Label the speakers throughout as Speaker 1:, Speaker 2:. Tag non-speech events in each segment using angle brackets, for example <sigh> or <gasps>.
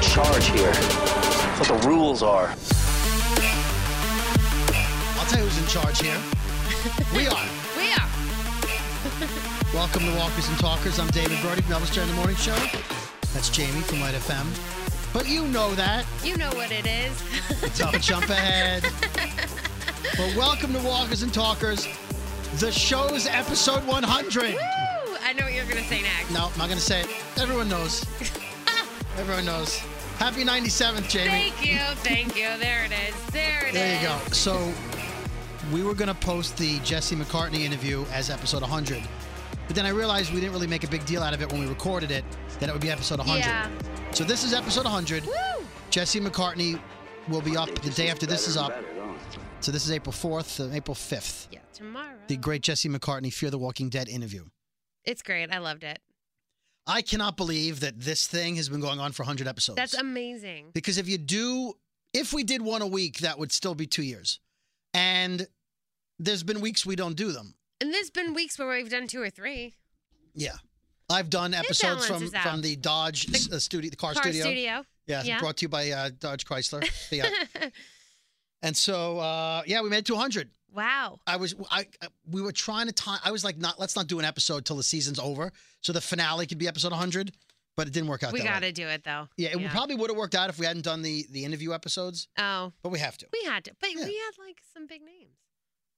Speaker 1: charge here. That's what the rules are.
Speaker 2: I'll tell you who's in charge here. We are.
Speaker 3: We are.
Speaker 2: Welcome to Walkers and Talkers. I'm David Brody from Elvis Duran in the Morning Show. That's Jamie from Light FM. But you know that.
Speaker 3: You know what it is.
Speaker 2: Don't jump ahead. But welcome to Walkers and Talkers, the show's episode 100.
Speaker 3: Woo! I know what you're going to say next.
Speaker 2: No, I'm not going to say it. Everyone knows. Everyone knows. Happy 97th, Jamie.
Speaker 3: Thank you. Thank you. There it is. There it is.
Speaker 2: There you go. So we were going to post the Jesse McCartney interview as episode 100. But then I realized we didn't really make a big deal out of it when we recorded it, that it would be episode 100.
Speaker 3: Yeah.
Speaker 2: So this is episode 100.
Speaker 3: Woo!
Speaker 2: Jesse McCartney will be up the day after this is up.
Speaker 1: Better, don't it?
Speaker 2: So this is April 4th, uh, April 5th.
Speaker 3: Yeah, tomorrow.
Speaker 2: The great Jesse McCartney Fear the Walking Dead interview.
Speaker 3: It's great. I loved it.
Speaker 2: I cannot believe that this thing has been going on for 100 episodes.
Speaker 3: That's amazing.
Speaker 2: because if you do, if we did one a week, that would still be two years. And there's been weeks we don't do them.
Speaker 3: And there's been weeks where we've done two or three.
Speaker 2: Yeah. I've done episodes from,
Speaker 3: balances out.
Speaker 2: from the Dodge s- uh, studio, the car,
Speaker 3: Car
Speaker 2: studio.
Speaker 3: studio.
Speaker 2: Yeah,
Speaker 3: Yeah.
Speaker 2: brought to you by uh, Dodge
Speaker 3: <laughs>
Speaker 2: Chrysler. Fiat. and so, uh, yeah, we made it to 100.
Speaker 3: wow.
Speaker 2: I was I I- we were trying to time. I was like, not let's not do an episode till the season's over, so the finale could be episode 100. But it didn't work out.
Speaker 3: we
Speaker 2: that
Speaker 3: got
Speaker 2: way.
Speaker 3: to do it, though.
Speaker 2: Yeah, it probably would have worked out if we hadn't done the the interview episodes,
Speaker 3: Oh,
Speaker 2: but we have to.
Speaker 3: we had to. But
Speaker 2: Yeah.
Speaker 3: we had like some big names.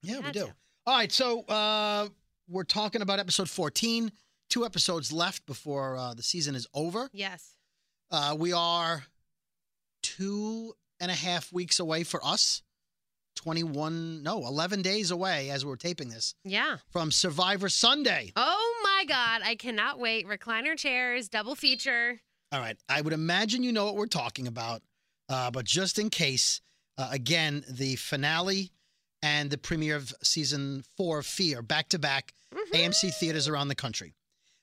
Speaker 2: Yeah, we
Speaker 3: had
Speaker 2: do.
Speaker 3: to.
Speaker 2: All right, so uh, we're talking about episode 14. Two episodes left before uh, the season is over.
Speaker 3: Yes.
Speaker 2: Uh, we are two and a half weeks away for us. 21, no, 11 days away as we're taping this
Speaker 3: Yeah.
Speaker 2: from Survivor Sunday.
Speaker 3: Oh my God. I cannot wait. Recliner chairs, double feature.
Speaker 2: All right. I would imagine you know what we're talking about, uh, but just in case, uh, again, the finale and the premiere of season four of Fear back to back
Speaker 3: Mhm.
Speaker 2: AMC theaters around the country.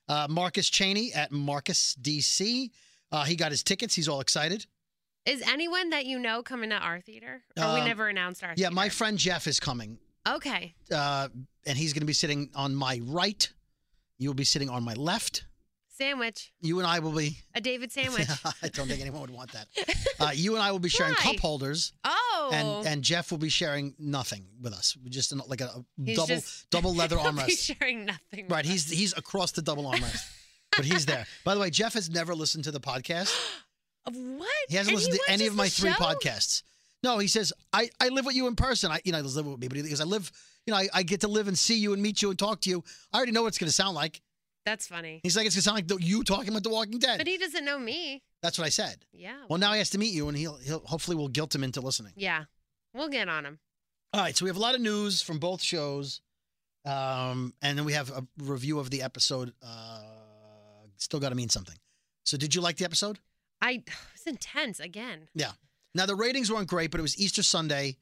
Speaker 2: Uh, Marcus Cheney at Marcus DC. Uh, he got his tickets. He's all excited.
Speaker 3: Is anyone that you know coming to our theater? Or we
Speaker 2: Um,
Speaker 3: never announced our
Speaker 2: Yeah,
Speaker 3: theater?
Speaker 2: my friend Jeff is coming,
Speaker 3: Okay.
Speaker 2: uh, and he's going to be sitting on my right. You'll be sitting on my left.
Speaker 3: Sandwich.
Speaker 2: You and I will be. <laughs>
Speaker 3: A David sandwich.
Speaker 2: I don't think anyone would want
Speaker 3: <laughs>
Speaker 2: that. Uh, you and I will be sharing
Speaker 3: Why?
Speaker 2: cup holders.
Speaker 3: Oh.
Speaker 2: and and Jeff will be sharing nothing with us. We're Just in, like a, a
Speaker 3: He's
Speaker 2: double
Speaker 3: just- <laughs>
Speaker 2: double leather
Speaker 3: <laughs> He'll be
Speaker 2: armrest.
Speaker 3: sharing nothing. with
Speaker 2: Right,
Speaker 3: us.
Speaker 2: he's he's across the double armrest, but he's there.
Speaker 3: <laughs>
Speaker 2: By the way, Jeff has never listened to the podcast.
Speaker 3: Of what?
Speaker 2: He hasn't
Speaker 3: And
Speaker 2: listened to any
Speaker 3: watches
Speaker 2: of my
Speaker 3: the
Speaker 2: three
Speaker 3: show?
Speaker 2: podcasts. No, he says I, I live with you in person. I you know I live with me, but he goes I live you know I, I get to live and see you and meet you and talk to you. I already know what it's going to sound like.
Speaker 3: That's funny.
Speaker 2: He's like it's going to sound like the, you talking about The Walking Dead.
Speaker 3: But he Oh. doesn't know me.
Speaker 2: That's what I said.
Speaker 3: Yeah.
Speaker 2: Well, now he has to meet you, and he'll he'll hopefully we'll guilt him into listening.
Speaker 3: yeah. We'll get on him.
Speaker 2: All right, so we have a lot of news from both shows, um, and then we have a review of the episode. Uh, still got to mean something. So, did you like the episode?
Speaker 3: I <sighs> it was intense again.
Speaker 2: Now, the ratings weren't great, but it was Easter Sunday,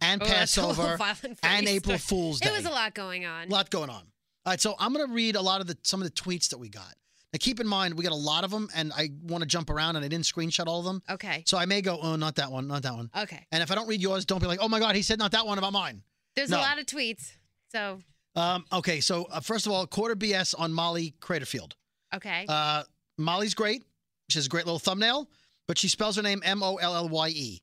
Speaker 2: and
Speaker 3: Oh, that's <laughs> a little
Speaker 2: Passover,
Speaker 3: violent for
Speaker 2: and
Speaker 3: Easter. <laughs>
Speaker 2: April Fool's Day.
Speaker 3: It was a lot going on.
Speaker 2: lot going on. All right, so I'm going to read a lot of the some of the tweets that we got. Now, keep in mind we got a lot of them, and I want to jump around, and I didn't screenshot all of them,
Speaker 3: Okay.
Speaker 2: so I may go, oh, not that one, not that one.
Speaker 3: Okay.
Speaker 2: And if I don't read yours, don't be like, oh my God, he said not that one about mine.
Speaker 3: There's
Speaker 2: No.
Speaker 3: a lot of tweets. So,
Speaker 2: Um, okay, so uh, first of all, quarter BS on Molly Craterfield.
Speaker 3: okay.
Speaker 2: Uh, Molly's great. She has a great little thumbnail, but she spells her name M O L L Y E,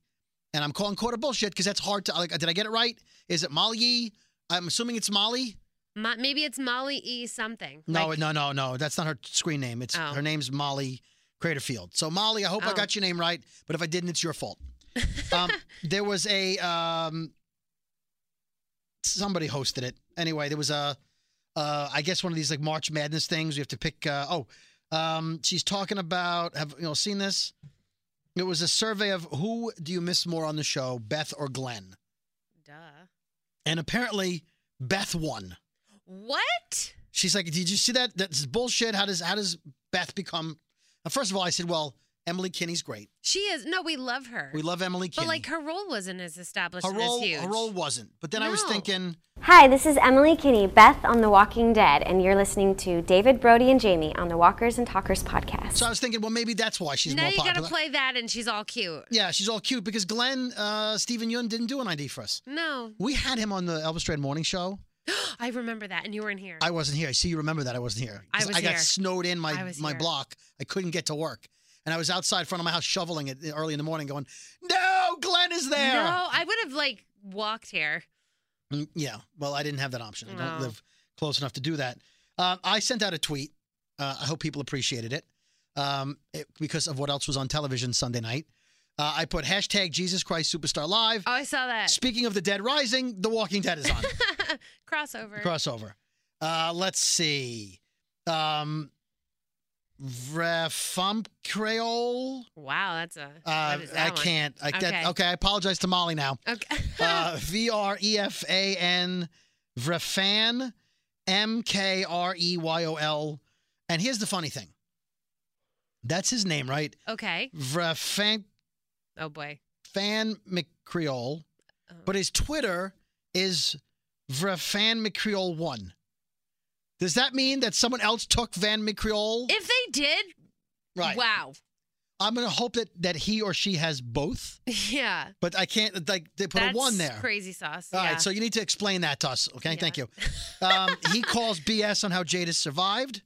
Speaker 2: and I'm calling quarter bullshit because that's hard to like. Did I get it right? Is it Molly? E? I'm assuming it's Molly.
Speaker 3: Mo- maybe it's Molly E something.
Speaker 2: No,
Speaker 3: Like-
Speaker 2: no, no, no. That's not her screen name. It's
Speaker 3: Oh.
Speaker 2: her name's Molly Craterfield. So Molly, I hope I
Speaker 3: Oh.
Speaker 2: got your name right, but if I didn't, it's your
Speaker 3: <laughs>
Speaker 2: fault. um, there was a um, somebody hosted it anyway. There was a uh, I guess one of these like March Madness things. You have to pick. Uh, oh, um, she's talking about have you know seen this? It was a survey of who do you miss more on the show, Beth or Glenn?
Speaker 3: Duh.
Speaker 2: And apparently Beth won.
Speaker 3: What?
Speaker 2: She's like, "Did you see that? That's bullshit. How does how does Beth become?" Uh, First of all, I said, "Well, Emily Kinney's great.
Speaker 3: She is. No, we love her.
Speaker 2: We love Emily
Speaker 3: but
Speaker 2: Kinney."
Speaker 3: like her role wasn't as established
Speaker 2: her role,
Speaker 3: and as huge.
Speaker 2: her role wasn't. But then I was
Speaker 3: No.
Speaker 2: thinking,
Speaker 4: Hi, this is Emily Kinney, Beth on The Walking Dead, and you're listening to David Brody and Jamie on the Walkers and Talkers podcast.
Speaker 2: so I was thinking, well, maybe that's why she's
Speaker 3: now
Speaker 2: more
Speaker 3: you gotta
Speaker 2: popular.
Speaker 3: play that, and she's all cute.
Speaker 2: yeah, she's all cute because Glenn uh, Stephen Yun didn't do an ID for us.
Speaker 3: No, <gasps>
Speaker 2: We had him on the Elvis Duran Morning Show.
Speaker 3: I remember that, and you weren't here.
Speaker 2: I wasn't here. I see you remember that I wasn't here.
Speaker 3: I
Speaker 2: 'Cause
Speaker 3: was
Speaker 2: I got
Speaker 3: here.
Speaker 2: snowed in my
Speaker 3: I was
Speaker 2: my
Speaker 3: here.
Speaker 2: block. I couldn't get to work. And I was outside front of my house shoveling it early in the morning, going, "No, Glenn is there."
Speaker 3: No, I would have like walked here.
Speaker 2: Mm, Yeah. Well, I didn't have that option. I don't
Speaker 3: No.
Speaker 2: live close enough to do that. Uh, I sent out a tweet. Uh, I hope people appreciated it, um, it- because of what else was on television Sunday night. Uh, I put hashtag Jesus Christ Superstar Live.
Speaker 3: Oh, I saw that
Speaker 2: Speaking of the dead rising, The Walking Dead is on
Speaker 3: <laughs> crossover.
Speaker 2: crossover. Uh, let's see. Um, Vrefum Creole.
Speaker 3: wow, that's a.
Speaker 2: Uh,
Speaker 3: what is
Speaker 2: I
Speaker 3: that one?
Speaker 2: can't. I, okay.
Speaker 3: Okay.
Speaker 2: okay, I apologize to Molly now.
Speaker 3: <laughs> Okay.
Speaker 2: uh, V R E F A N Vrefan M K R E Y O L. And here's the funny thing. That's his name, right?
Speaker 3: okay.
Speaker 2: Vrefan
Speaker 3: Oh boy.
Speaker 2: Fan McCreole.
Speaker 3: Oh.
Speaker 2: But his Twitter is Vrefan McCreole one. Does that mean that someone else took Van McCreole?
Speaker 3: if they did,
Speaker 2: right.
Speaker 3: wow. <laughs>
Speaker 2: I'm gonna hope that that he or she has both,
Speaker 3: Yeah.
Speaker 2: but I can't like they put
Speaker 3: that's
Speaker 2: a one there.
Speaker 3: Crazy sauce.
Speaker 2: All right,
Speaker 3: yeah.
Speaker 2: so you need to explain that to us, okay?
Speaker 3: Yeah.
Speaker 2: Thank you. Um, he <laughs> calls BS on how Jadis survived.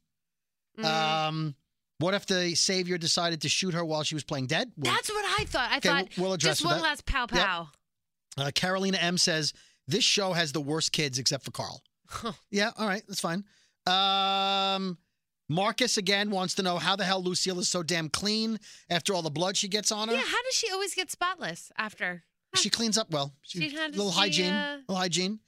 Speaker 3: Mhm.
Speaker 2: Um, what if the savior decided to shoot her while she was playing dead? Well,
Speaker 3: that's what I thought. I
Speaker 2: Okay,
Speaker 3: thought
Speaker 2: we'll- we'll address
Speaker 3: just one
Speaker 2: that.
Speaker 3: last pow
Speaker 2: Yep.
Speaker 3: pow.
Speaker 2: uh, Carolina M says this show has the worst kids except for Carl. Yeah, all right, that's fine. Um, Marcus again wants to know how the hell Lucille is so damn clean after all the blood she gets on her.
Speaker 3: Yeah. How does she always get spotless after?
Speaker 2: She cleans up well. She,
Speaker 3: She had to
Speaker 2: little
Speaker 3: see,
Speaker 2: hygiene.
Speaker 3: uh,
Speaker 2: Little hygiene.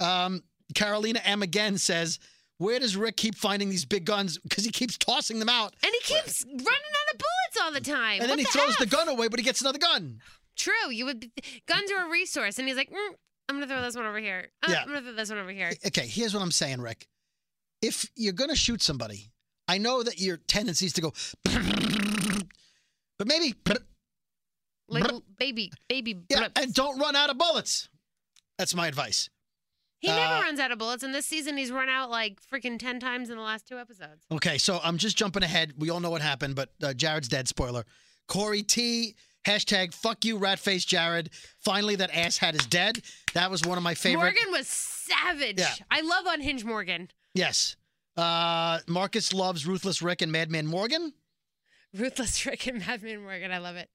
Speaker 2: Um, Carolina M again says, "Where does Rick keep finding these big guns? Because he keeps tossing them out,
Speaker 3: And he keeps running out of bullets all the
Speaker 2: and
Speaker 3: time.
Speaker 2: then
Speaker 3: What
Speaker 2: he throws
Speaker 3: F?
Speaker 2: the gun away, but he gets another gun.
Speaker 3: True. You would. Be, guns are a resource, and he's like, "Mm, I'm gonna throw this one over here. Uh,
Speaker 2: Yeah.
Speaker 3: I'm gonna throw this one over here.
Speaker 2: Okay, here's what I'm saying, Rick. If you're gonna shoot somebody, I know that your tendency is to go, <laughs> but maybe,
Speaker 3: Like
Speaker 2: Blup.
Speaker 3: baby, baby.
Speaker 2: yeah,
Speaker 3: blips.
Speaker 2: and don't run out of bullets. That's my advice.
Speaker 3: he never
Speaker 2: uh,
Speaker 3: runs out of bullets, and this season he's run out like freaking ten times in the last two episodes.
Speaker 2: Okay, so I'm just jumping ahead. We all know what happened, but uh, Jared's dead. Spoiler. Corey T. Hashtag fuck you, ratface Jared. Finally, that ass hat is dead. That was one of my favorite.
Speaker 3: Morgan was savage.
Speaker 2: Yeah.
Speaker 3: I love unhinged Morgan. <laughs>
Speaker 2: Yes. Uh, Marcus loves Ruthless Rick and Madman Morgan.
Speaker 3: Ruthless Rick and Madman Morgan. I love it.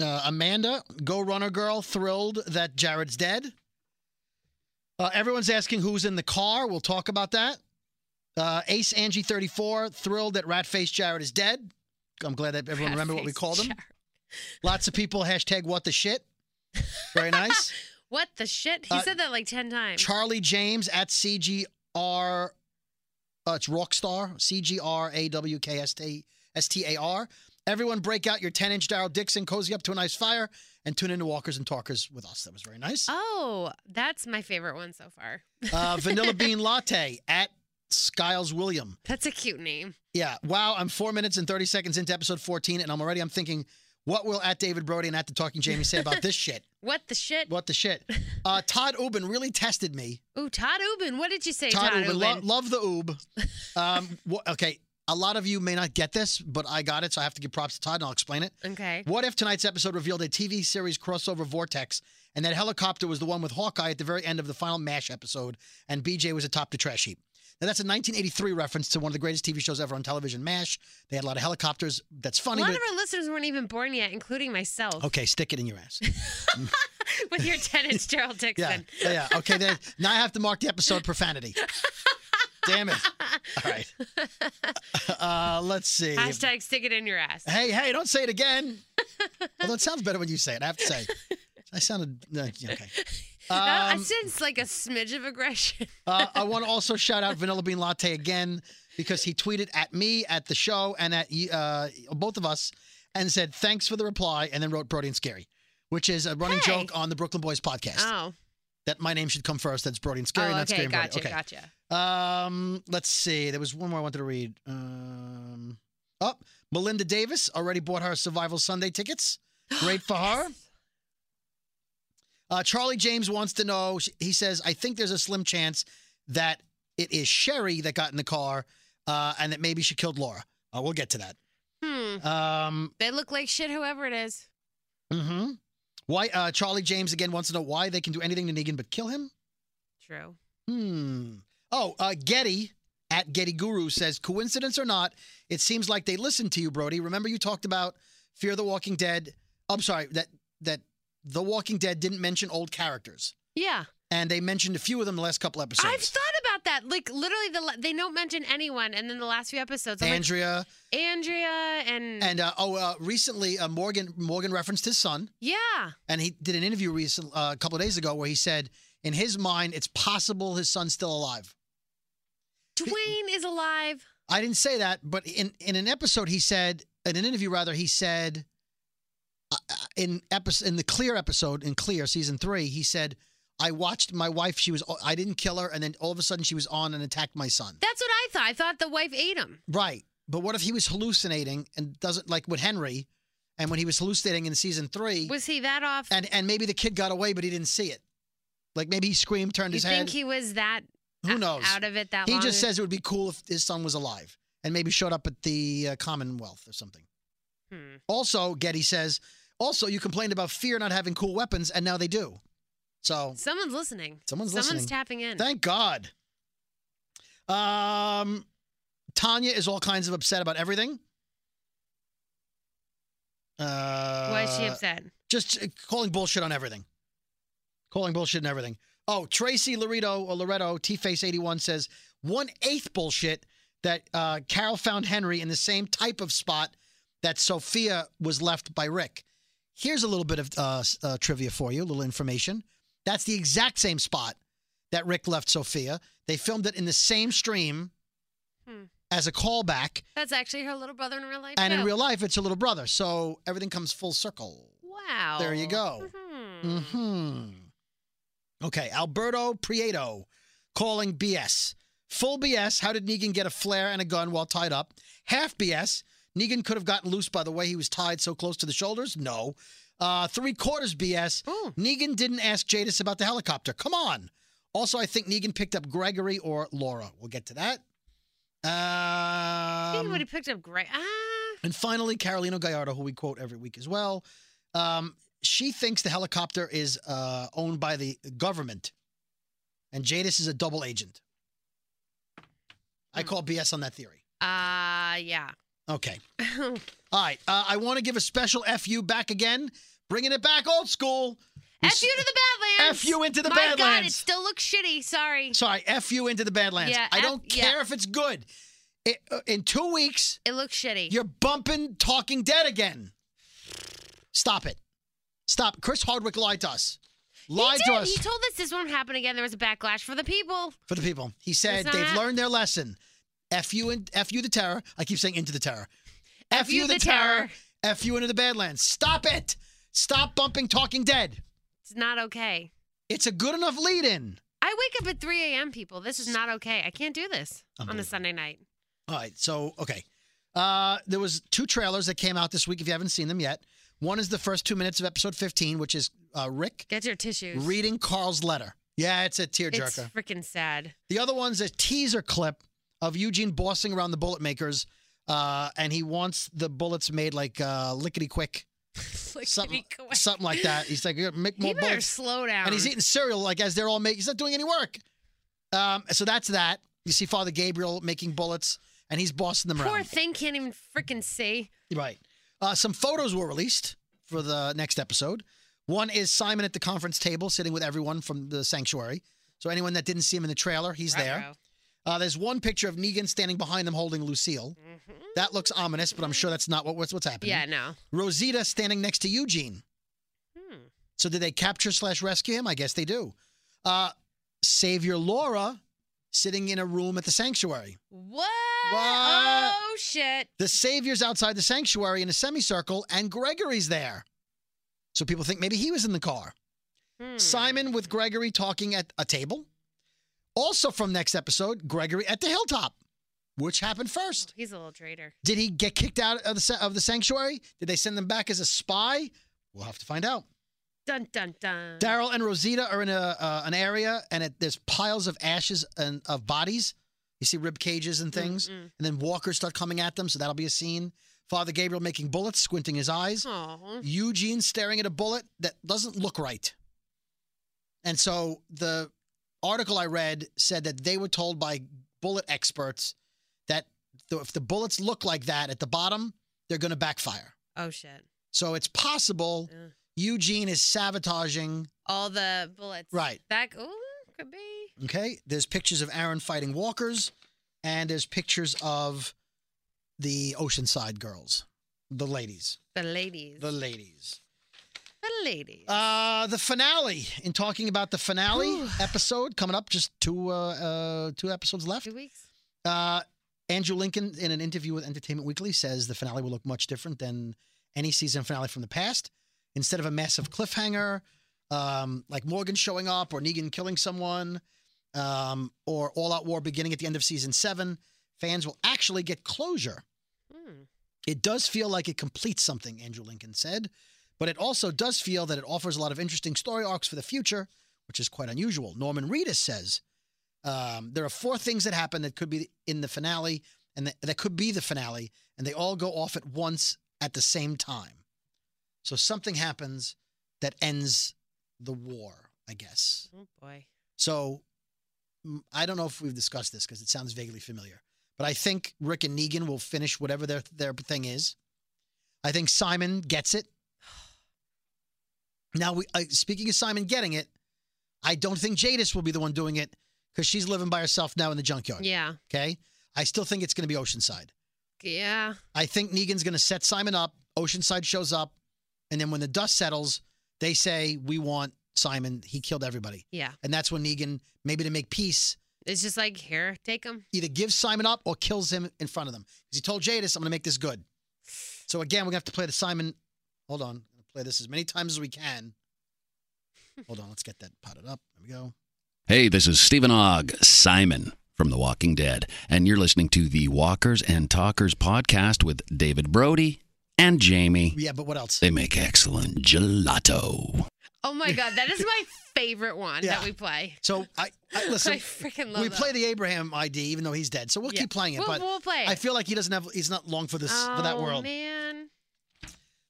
Speaker 2: Uh, Amanda, Go Runner Girl, thrilled that Jared's dead. Uh, everyone's asking who's in the car. We'll talk about that. Uh, Ace Angie 34, thrilled that Ratface Jared is dead. I'm glad that everyone remembered what we
Speaker 3: Ratface
Speaker 2: called him.
Speaker 3: Jared.
Speaker 2: Lots of people hashtag what the shit. Very nice.
Speaker 3: <laughs> What the shit? He
Speaker 2: Uh,
Speaker 3: said that like ten times.
Speaker 2: Charlie James at CGR. Uh, it's Rockstar. C G R A W K S T S T A R. Everyone break out your 10 inch Daryl Dixon, cozy up to a nice fire, and tune into Walkers and Talkers with us. That was very
Speaker 3: <laughs>
Speaker 2: nice.
Speaker 3: oh, that's my favorite one so far.
Speaker 2: Uh, Vanilla Bean Latte at Skiles William.
Speaker 3: That's a cute name.
Speaker 2: Yeah. Wow. I'm four minutes and 30 seconds into episode 14, and I'm already I'm thinking, what will at David Brody and at the Talking Jamie say about this shit?
Speaker 3: What the shit?
Speaker 2: What the shit? Uh, Todd Ubin really tested me.
Speaker 3: Ooh, Todd Ubin. What did you say,
Speaker 2: Todd,
Speaker 3: Todd,
Speaker 2: Ubin.
Speaker 3: Ubin?
Speaker 2: Lo- love the oob.
Speaker 3: <laughs>
Speaker 2: Um, wh- okay, a lot of you may not get this, but I got it, so I have to give props to Todd and I'll explain it.
Speaker 3: okay.
Speaker 2: What if tonight's episode revealed a TV series crossover vortex, and that helicopter was the one with Hawkeye at the very end of the final MASH episode, and BJ was atop the trash heap? Now that's a 1983 reference to one of the greatest TV shows ever on television, MASH. They had a lot of helicopters. That's
Speaker 3: A
Speaker 2: funny.
Speaker 3: lot
Speaker 2: But-
Speaker 3: of our listeners weren't even born yet, including myself,
Speaker 2: okay, stick it in your ass.
Speaker 3: <laughs> with your tenants, Gerald
Speaker 2: <laughs> Yeah,
Speaker 3: Dixon.
Speaker 2: yeah. Okay, then now I have to mark the episode profanity. Damn it! All right. Uh, let's see.
Speaker 3: Hashtag stick it in your ass.
Speaker 2: Hey, hey, don't say it again. Although it sounds better when you say it, I have to say. I sounded uh, okay.
Speaker 3: I- I
Speaker 2: Um,
Speaker 3: sense like a smidge
Speaker 2: <laughs>
Speaker 3: of aggression.
Speaker 2: uh, I want to also shout out Vanilla Bean Latte again because he tweeted at me, at the show, and at you- uh, both of us and said, thanks for the reply, and then wrote Brody and Scary, which is a running
Speaker 3: Hey.
Speaker 2: joke on the Brooklyn Boys podcast
Speaker 3: Oh,
Speaker 2: that my name should come first. That's Brody and Scary,
Speaker 3: oh
Speaker 2: not
Speaker 3: okay,
Speaker 2: Scary and Brody.
Speaker 3: gotcha,
Speaker 2: okay.
Speaker 3: gotcha.
Speaker 2: Um, let's see. There was one more I wanted to read. Um, oh, Melinda Davis already bought her Survival Sunday tickets. Great for her. Uh, Charlie James wants to know. sh- He says, "I think there's a slim chance that it is Sherry that got in the car, uh, and that maybe she killed Laura." Uh, we'll get to that.
Speaker 3: Hmm.
Speaker 2: Um,
Speaker 3: They look like shit, whoever it is.
Speaker 2: hmm Why? Uh, Charlie James again wants to know why they can do anything to Negan but kill him.
Speaker 3: True.
Speaker 2: Hmm. Oh, uh, Getty at Getty Guru says, coincidence or not, it seems like they listened to you, Brody. Remember you talked about Fear the Walking Dead. I'm sorry that that The Walking Dead didn't mention old characters,
Speaker 3: Yeah.
Speaker 2: and they mentioned a few of them the last couple episodes.
Speaker 3: I've thought about that. Like literally, the la- they don't mention anyone, and then the last few episodes, I'm
Speaker 2: Andrea
Speaker 3: like Andrea and,
Speaker 2: and uh, oh, uh, recently uh, Morgan Morgan referenced his son,
Speaker 3: yeah,
Speaker 2: <laughs> and he did an interview recent uh, a couple of days ago where he said, in his mind, it's possible his son's still alive.
Speaker 3: Dwayne is alive.
Speaker 2: I didn't say that, but in in an episode he said in an interview rather he said uh, uh, in episode in the Clear episode in Clear season 3 he said I watched my wife she was I didn't kill her and then all of a sudden she was on and attacked my son.
Speaker 3: That's what I thought. I thought the wife ate him.
Speaker 2: Right. But what if he was hallucinating and doesn't like with Henry and when he was hallucinating in season 3
Speaker 3: Was he that off?
Speaker 2: and and maybe the kid got away but he didn't see it. Like maybe he screamed turned
Speaker 3: you
Speaker 2: his
Speaker 3: think
Speaker 2: head.
Speaker 3: he was that?
Speaker 2: Who
Speaker 3: o-
Speaker 2: knows?
Speaker 3: Out of it that
Speaker 2: he
Speaker 3: long.
Speaker 2: just says it would be cool if his son was alive and maybe showed up at the uh, Commonwealth or something.
Speaker 3: Hmm.
Speaker 2: Also, Getty says, also, you complained about fear not having cool weapons, and now they do. So,
Speaker 3: Someone's listening.
Speaker 2: Someone's listening.
Speaker 3: tapping in.
Speaker 2: thank God. Um, Tanya is all kinds of upset about everything. Uh,
Speaker 3: Why is she upset?
Speaker 2: Just uh, calling bullshit on everything. Calling bullshit on everything. Oh, Tracy Loreto or Loretto T Face eighty one says one eighth bullshit that uh, Carol found Henry in the same type of spot that Sophia was left by Rick. Here's a little bit of uh, s- uh, trivia for you, a little information. That's the exact same spot that Rick left Sophia. They filmed it in the same stream
Speaker 3: Hmm.
Speaker 2: as a callback,
Speaker 3: That's actually her little brother in real life.
Speaker 2: and in
Speaker 3: too.
Speaker 2: real life, it's her little brother. So everything comes full circle.
Speaker 3: Wow.
Speaker 2: There you go.
Speaker 3: Mhm.
Speaker 2: Hmm. Okay, Alberto Prieto calling BS. Full BS. How did Negan get a flare and a gun while tied up? Half BS. Negan could have gotten loose by the way he was tied so close to the shoulders. No. Uh, three quarters BS.
Speaker 3: Ooh.
Speaker 2: Negan didn't ask Jadis about the helicopter. Come on. Also, I think Negan picked up Gregory or Laura. We'll get to that.
Speaker 3: I think
Speaker 2: Um,
Speaker 3: he would have picked up great. Ah.
Speaker 2: and finally, Carolina Gallardo, who we quote every week as well, um, she thinks the helicopter is uh, owned by the government, and Jadis is a double agent. I
Speaker 3: Hmm.
Speaker 2: call BS on that theory.
Speaker 3: Uh, yeah. <laughs>
Speaker 2: Okay. All right. Uh, I want to give a special FU back again, bringing it back old school. We
Speaker 3: F you to the Badlands.
Speaker 2: F you into the
Speaker 3: My God, it
Speaker 2: Badlands.
Speaker 3: still looks shitty. Sorry.
Speaker 2: Sorry, FU into the Badlands.
Speaker 3: Yeah,
Speaker 2: I
Speaker 3: F-
Speaker 2: don't
Speaker 3: yeah.
Speaker 2: care if it's good. It, uh, in two weeks,
Speaker 3: It looks shitty.
Speaker 2: You're bumping Talking Dead again. Stop it. Stop. Chris Hardwick lied to us. Lied to
Speaker 3: he did.
Speaker 2: us
Speaker 3: He told us this won't happen again. There was a backlash for the people.
Speaker 2: for the people. He said
Speaker 3: It's not
Speaker 2: they've
Speaker 3: hap-
Speaker 2: learned their lesson. F you and F you the terror. I keep saying into the terror. F,
Speaker 3: you the terror.
Speaker 2: F you into the Badlands. Stop it. Stop bumping Talking Dead.
Speaker 3: It's not okay.
Speaker 2: It's a good enough lead in.
Speaker 3: I wake up at 3 a.m. People, this is not okay. I can't do this on a
Speaker 2: Unbelievable.
Speaker 3: Sunday night.
Speaker 2: All right, so okay, uh, there was two trailers that came out this week. If you haven't seen them yet, one is the first two minutes of episode 15, which is uh, Rick
Speaker 3: Get your tissues.
Speaker 2: reading Carl's letter. Yeah, it's a
Speaker 3: it's
Speaker 2: tearjerker.
Speaker 3: freaking sad.
Speaker 2: The other one's a teaser clip of Eugene bossing around the bullet makers, uh, and he wants the bullets made like uh, lickety
Speaker 3: <laughs>
Speaker 2: quick, something,
Speaker 3: Clickety-quack.
Speaker 2: something like that. He's like, "Yeah, make
Speaker 3: He
Speaker 2: more
Speaker 3: better
Speaker 2: bullets,
Speaker 3: slow down.
Speaker 2: and he's eating cereal like as they're all making. He's not doing any work. Um, so that's that. You see Father Gabriel making bullets, and he's bossing them
Speaker 3: Poor
Speaker 2: around.
Speaker 3: thing can't even freaking see.
Speaker 2: Right. Uh, some photos were released for the next episode. One is Simon at the conference table sitting with everyone from the sanctuary. So anyone that didn't see him in the trailer, he's there. Uh, there's one picture of Negan standing behind them holding Lucille. That looks ominous, but I'm sure that's not what, what's what's happening.
Speaker 3: Mm-hmm. Yeah, no.
Speaker 2: Rosita standing next to Eugene.
Speaker 3: Hmm.
Speaker 2: So did they capture slash rescue him? I guess they do. Uh, Savior Laura sitting in a room at the sanctuary.
Speaker 3: What?
Speaker 2: What?
Speaker 3: Oh shit!
Speaker 2: The Savior's outside the sanctuary in a semicircle, and Gregory's there. So people think maybe he was in the car.
Speaker 3: Hmm.
Speaker 2: Simon with Gregory talking at a table. Also from next episode, Gregory at the hilltop. Which happened first?
Speaker 3: He's a little traitor.
Speaker 2: Did he get kicked out of the sa- of the sanctuary? Did they send him back as a spy? We'll have to find out.
Speaker 3: Dun dun dun.
Speaker 2: Daryl and Rosita are in a uh, an area, and it, there's piles of ashes and of bodies. You see rib cages and things,
Speaker 3: Mm-mm.
Speaker 2: and then walkers start coming at them. So that'll be a scene. Father Gabriel making bullets, squinting his eyes.
Speaker 3: Aw.
Speaker 2: Eugene staring at a bullet that doesn't look right. And so the article I read said that they were told by bullet experts that th- if the bullets look like that at the bottom, they're going to backfire.
Speaker 3: Oh shit.
Speaker 2: So it's possible
Speaker 3: Ugh.
Speaker 2: Eugene is sabotaging.
Speaker 3: All the bullets.
Speaker 2: Right.
Speaker 3: That ooh, could be.
Speaker 2: Okay. There's pictures of Aaron fighting walkers, and there's pictures of the Oceanside girls, the ladies,
Speaker 3: The ladies.
Speaker 2: the ladies.
Speaker 3: The ladies.
Speaker 2: Uh, the finale. In talking about the finale
Speaker 3: Whew.
Speaker 2: episode coming up, just two uh, uh two episodes left.
Speaker 3: Two weeks.
Speaker 2: Uh, Andrew Lincoln, in an interview with Entertainment Weekly, says the finale will look much different than any season finale from the past. Instead of a massive cliffhanger, um, like Morgan showing up or Negan killing someone, um, or all out war beginning at the end of season seven, fans will actually get closure.
Speaker 3: Hmm.
Speaker 2: It does feel like it completes something, Andrew Lincoln said, but it also does feel that it offers a lot of interesting story arcs for the future, which is quite unusual. Norman Reedus says um, there are four things that happen that could be in the finale, and that, that could be the finale, and they all go off at once at the same time. So something happens that ends the war, I guess.
Speaker 3: Oh boy.
Speaker 2: So m- I don't know if we've discussed this because it sounds vaguely familiar, but I think Rick and Negan will finish whatever their their thing is. I think Simon gets it. Now we uh, speaking of Simon getting it, I don't think Jadis will be the one doing it because she's living by herself now in the junkyard.
Speaker 3: Yeah.
Speaker 2: Okay, I still think it's going to be Oceanside.
Speaker 3: Yeah.
Speaker 2: I think Negan's going to set Simon up. Oceanside shows up, and then when the dust settles, they say we want Simon. He killed everybody,
Speaker 3: Yeah.
Speaker 2: and that's when Negan maybe to make peace
Speaker 3: It's just like here, take them.
Speaker 2: either gives Simon up or kills him in front of them. Because he told Jadis, I'm going to make this good. So again, we're going to have to play the Simon. Hold on. I'm going to play this as many times as we
Speaker 3: <laughs>
Speaker 2: can. Hold on. Let's get that potted up. There we go.
Speaker 5: Hey, this is Stephen Ogg, Simon from The Walking Dead, and you're listening to the Walkers and Talkers podcast with David Brody and Jamie.
Speaker 2: Yeah, but what else?
Speaker 5: They make excellent gelato.
Speaker 3: Oh my god, that
Speaker 2: <laughs>
Speaker 3: is my favorite one
Speaker 2: Yeah.
Speaker 3: that we play.
Speaker 2: So I,
Speaker 3: <laughs>
Speaker 2: I
Speaker 3: I
Speaker 2: listen.
Speaker 3: freaking love
Speaker 2: We
Speaker 3: that.
Speaker 2: play the Abraham ID, even though he's dead. So we'll
Speaker 3: Yeah.
Speaker 2: keep playing it.
Speaker 3: We'll,
Speaker 2: but
Speaker 3: we'll play.
Speaker 2: I feel like he doesn't have. He's not long for this for that
Speaker 3: Oh,
Speaker 2: world.
Speaker 3: man.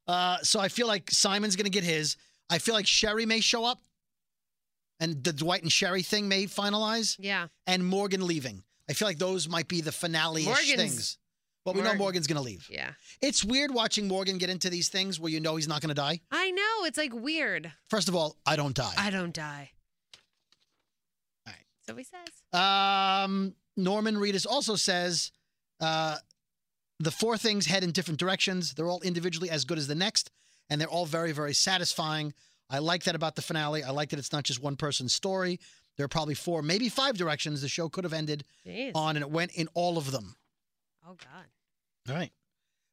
Speaker 2: Uh, so I feel like Simon's going to get his. I feel like Sherry may show up, and the Dwight and Sherry thing may finalize.
Speaker 3: Yeah.
Speaker 2: and Morgan leaving. I feel like those might be the finale
Speaker 3: Morgan's-
Speaker 2: things. But we know
Speaker 3: Morgan.
Speaker 2: Morgan's going to leave.
Speaker 3: Yeah.
Speaker 2: It's weird watching Morgan get into these things where you know he's not going to die.
Speaker 3: I know. It's like weird.
Speaker 2: First of all, I don't die.
Speaker 3: I don't die.
Speaker 2: Alright.
Speaker 3: So he says.
Speaker 2: um, Norman Reedus also says uh, the four things head in different directions. They're all individually as good as the next, and they're all very, very satisfying. I like that about the finale. I like that it's not just one person's story. There are probably four, maybe five directions the show could have ended
Speaker 3: Jeez.
Speaker 2: on, and it went in all of them.
Speaker 3: oh God.
Speaker 2: All right.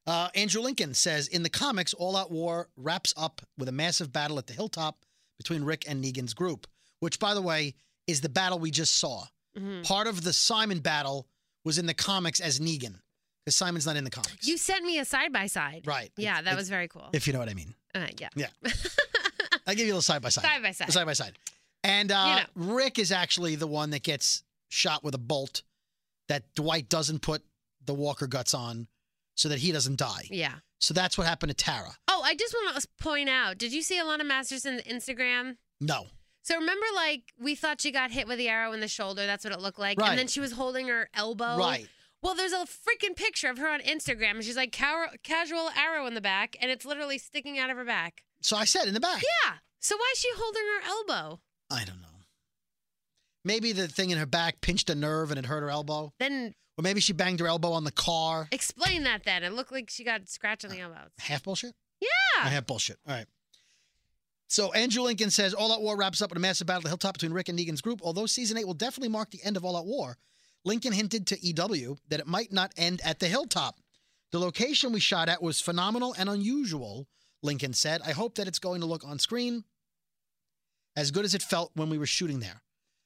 Speaker 2: Uh, Andrew Lincoln says in the comics, All Out War wraps up with a massive battle at the hilltop between Rick and Negan's group, which, by the way, is the battle we just saw.
Speaker 3: Mhm.
Speaker 2: Part of the Simon battle was in the comics as Negan, because Simon's not in the comics.
Speaker 3: You sent me a side by side.
Speaker 2: right.
Speaker 3: Yeah,
Speaker 2: If-
Speaker 3: that
Speaker 2: if-
Speaker 3: was very cool.
Speaker 2: If you know what I mean.
Speaker 3: uh, yeah.
Speaker 2: Yeah. I'll give you a little side by side.
Speaker 3: Side by side.
Speaker 2: Side by side. And uh, Rick is actually the one that gets shot with a bolt that Dwight doesn't put the Walker guts on so that he doesn't die.
Speaker 3: Yeah.
Speaker 2: So that's what happened to Tara.
Speaker 3: Oh, I just want to point out. Did you see Alana Masterson's Instagram?
Speaker 2: No.
Speaker 3: So remember, like we thought she got hit with the arrow in the shoulder. That's what it looked like.
Speaker 2: Right.
Speaker 3: And then she was holding her elbow.
Speaker 2: Right.
Speaker 3: Well, there's a freaking picture of her on Instagram, and she's like "Cow- casual arrow in the back, and it's literally sticking out of her back.
Speaker 2: So I said in the back.
Speaker 3: Yeah. So why is she holding her elbow?
Speaker 2: I don't know. Maybe the thing in her back pinched a nerve and it hurt her elbow.
Speaker 3: Then
Speaker 2: Or maybe she banged her elbow on the car.
Speaker 3: explain that. Then it looked like she got scratched on the elbow.
Speaker 2: Half bullshit? I
Speaker 3: Yeah.
Speaker 2: have bullshit. All right. So Andrew Lincoln says All Out War wraps up with a massive battle at the hilltop between Rick and Negan's group. Although season eight will definitely mark the end of All Out War, Lincoln hinted to EW that it might not end at the hilltop. The location we shot at was phenomenal and unusual, Lincoln said. I hope that it's going to look on screen as good as it felt when we were shooting there.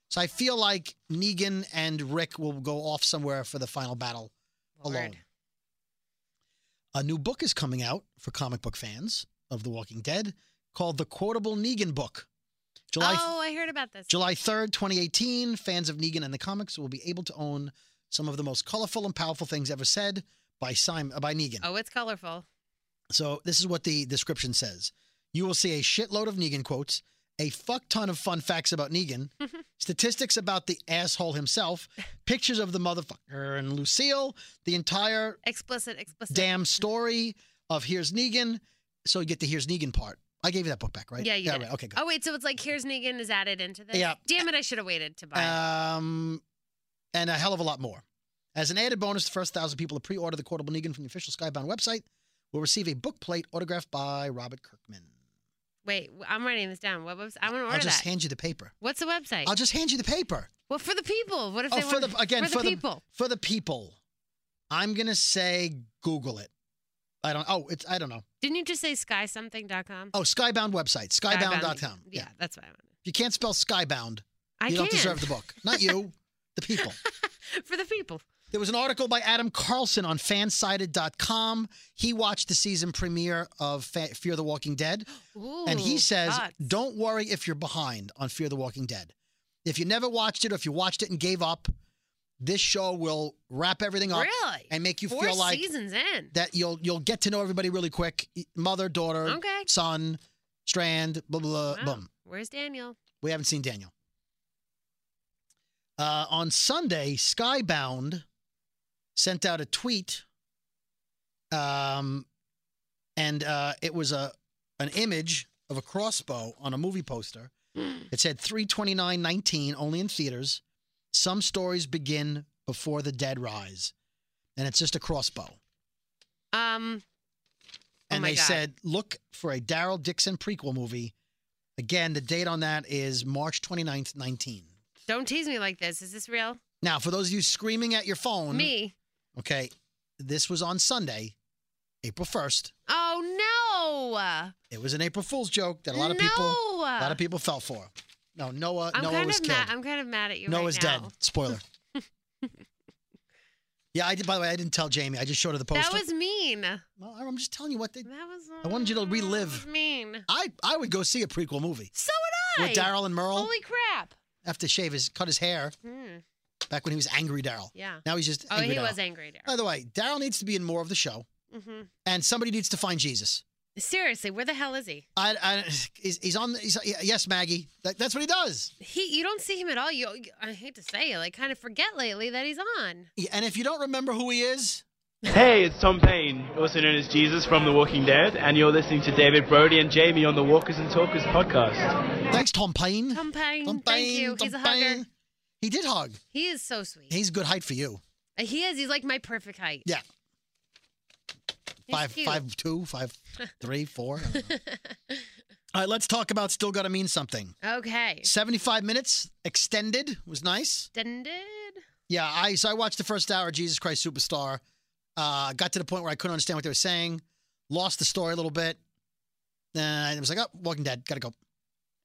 Speaker 2: So I feel like Negan and Rick will go off somewhere for the final battle alone.
Speaker 3: Lord.
Speaker 2: A new book is coming out for comic book fans of The Walking Dead called The Quotable Negan Book. July
Speaker 3: Oh, I heard about this.
Speaker 2: July 3rd, 2018, fans of Negan and the comics will be able to own some of the most colorful and powerful things ever said by Simon, by Negan.
Speaker 3: Oh, it's colorful.
Speaker 2: So this is what the description says. You will see a shitload of Negan quotes a fuck ton of fun facts about Negan,
Speaker 3: Mm-hmm.
Speaker 2: statistics about the asshole
Speaker 3: <laughs>
Speaker 2: himself, pictures of the motherfucker and Lucille, the entire
Speaker 3: Explicit, explicit.
Speaker 2: damn story of Here's Negan. So you get the Here's Negan part. I gave you that book back, right?
Speaker 3: Yeah, you did.
Speaker 2: right. Okay, good.
Speaker 3: Oh wait, so it's like here's Negan is added into this.
Speaker 2: Yeah.
Speaker 3: Damn it, I should have waited to buy. it.
Speaker 2: Um, and a hell of a lot more. As an added bonus, the first thousand people to pre-order the Quotable Negan from the official Skybound website will receive a book plate autographed by Robert Kirkman.
Speaker 3: Wait, w- I'm writing this down. What website? I want to
Speaker 2: I'll
Speaker 3: order
Speaker 2: just
Speaker 3: that.
Speaker 2: hand you the paper.
Speaker 3: What's the website?
Speaker 2: I'll just hand you the paper.
Speaker 3: well, for the people. What if they
Speaker 2: oh, for
Speaker 3: want
Speaker 2: the again
Speaker 3: for the people?
Speaker 2: for the people. I'm gonna say Google it. I don't. Oh, it's I don't know.
Speaker 3: Didn't you just say skysomething.com?
Speaker 2: Oh, Skybound website, Skybound.com.
Speaker 3: Yeah, that's what I wanted.
Speaker 2: If you can't spell Skybound,
Speaker 3: I
Speaker 2: you
Speaker 3: can.
Speaker 2: don't deserve the book. Not
Speaker 3: <laughs>
Speaker 2: you, the people.
Speaker 3: for the people.
Speaker 2: There was an article by Adam Carlson on fansided.com. He watched the season premiere of Fa- Fear the Walking Dead,
Speaker 3: Ooh,
Speaker 2: and he says,
Speaker 3: thoughts.
Speaker 2: Don't worry if you're behind on Fear the Walking Dead. If you never watched it or if you watched it and gave up, this show will wrap everything up
Speaker 3: Really?
Speaker 2: and make you
Speaker 3: Four
Speaker 2: feel like
Speaker 3: seasons in.
Speaker 2: that you'll you'll get to know everybody really quick E, mother, daughter,
Speaker 3: Okay.
Speaker 2: son, strand, blah, blah, blah.
Speaker 3: Wow.
Speaker 2: boom.
Speaker 3: Where's Daniel?
Speaker 2: We haven't seen Daniel. Uh, on Sunday, Skybound sent out a tweet, um, and uh, it was a an image of a crossbow on a movie
Speaker 3: <gasps>
Speaker 2: poster. It said 32919 only in theaters. Some stories begin before the dead rise. And it's just a crossbow.
Speaker 3: Um. Oh
Speaker 2: And
Speaker 3: my
Speaker 2: they
Speaker 3: God.
Speaker 2: said, look for a Daryl Dixon prequel movie. Again, the date on that is March 29th, 19.
Speaker 3: Don't tease me like this. Is this real?
Speaker 2: Now, for those of you screaming at your phone,
Speaker 3: Me.
Speaker 2: okay, this was on Sunday, April 1st.
Speaker 3: Oh no.
Speaker 2: It was an April Fool's joke that a lot of people
Speaker 3: No.
Speaker 2: a lot of people fell for. No, Noah
Speaker 3: I'm
Speaker 2: Noah
Speaker 3: kind
Speaker 2: was
Speaker 3: of
Speaker 2: killed.
Speaker 3: mad. I'm kind of mad at you.
Speaker 2: Noah's
Speaker 3: right now.
Speaker 2: dead.
Speaker 3: <laughs>
Speaker 2: Spoiler. yeah, I did by the way, I didn't tell Jamie. I just showed her the poster.
Speaker 3: That was mean. That
Speaker 2: well, I'm just telling you what they
Speaker 3: was.
Speaker 2: I wanted you to
Speaker 3: that was
Speaker 2: relive.
Speaker 3: mean.
Speaker 2: I, I would go see a prequel movie
Speaker 3: So would I.
Speaker 2: with Daryl and Merle
Speaker 3: Holy crap.
Speaker 2: after shave his cut his hair
Speaker 3: Hmm.
Speaker 2: back when he was angry Daryl.
Speaker 3: Yeah.
Speaker 2: Now he's just
Speaker 3: Oh,
Speaker 2: angry
Speaker 3: he
Speaker 2: Daryl.
Speaker 3: was angry there.
Speaker 2: By the way, Daryl needs to be in more of the show,
Speaker 3: hmm
Speaker 2: and somebody needs to find Jesus.
Speaker 3: Seriously, where the hell is he?
Speaker 2: I, I he's, he's on. He's, yes, Maggie. That, that's what he does.
Speaker 3: He, you don't see him at all. You, I hate to say it, like kind of forget lately that he's on.
Speaker 2: Yeah, And if you don't remember who he is,
Speaker 6: Hey, it's Tom Payne, also known as Jesus from The Walking Dead, and you're listening to David Brody and Jamie on the Walkers and Talkers podcast.
Speaker 2: thanks, <laughs> Tom Payne.
Speaker 3: Tom Payne, thank you.
Speaker 2: Tom
Speaker 3: he's a hugger.
Speaker 2: Payne. He did hug.
Speaker 3: He is so sweet.
Speaker 2: He's good height for you.
Speaker 3: he is. He's like my perfect height.
Speaker 2: Yeah,
Speaker 3: He's
Speaker 2: five,
Speaker 3: cute.
Speaker 2: five, two,
Speaker 3: <laughs>
Speaker 2: five, three, four. I don't know. All right, let's talk about still gotta mean something.
Speaker 3: Okay.
Speaker 2: Seventy-five minutes extended was nice.
Speaker 3: Extended.
Speaker 2: Yeah, I so I watched the first hour of Jesus Christ Superstar. Uh, got to the point where I couldn't understand what they were saying. Lost the story a little bit. Then I was like, oh, Walking Dead, gotta go.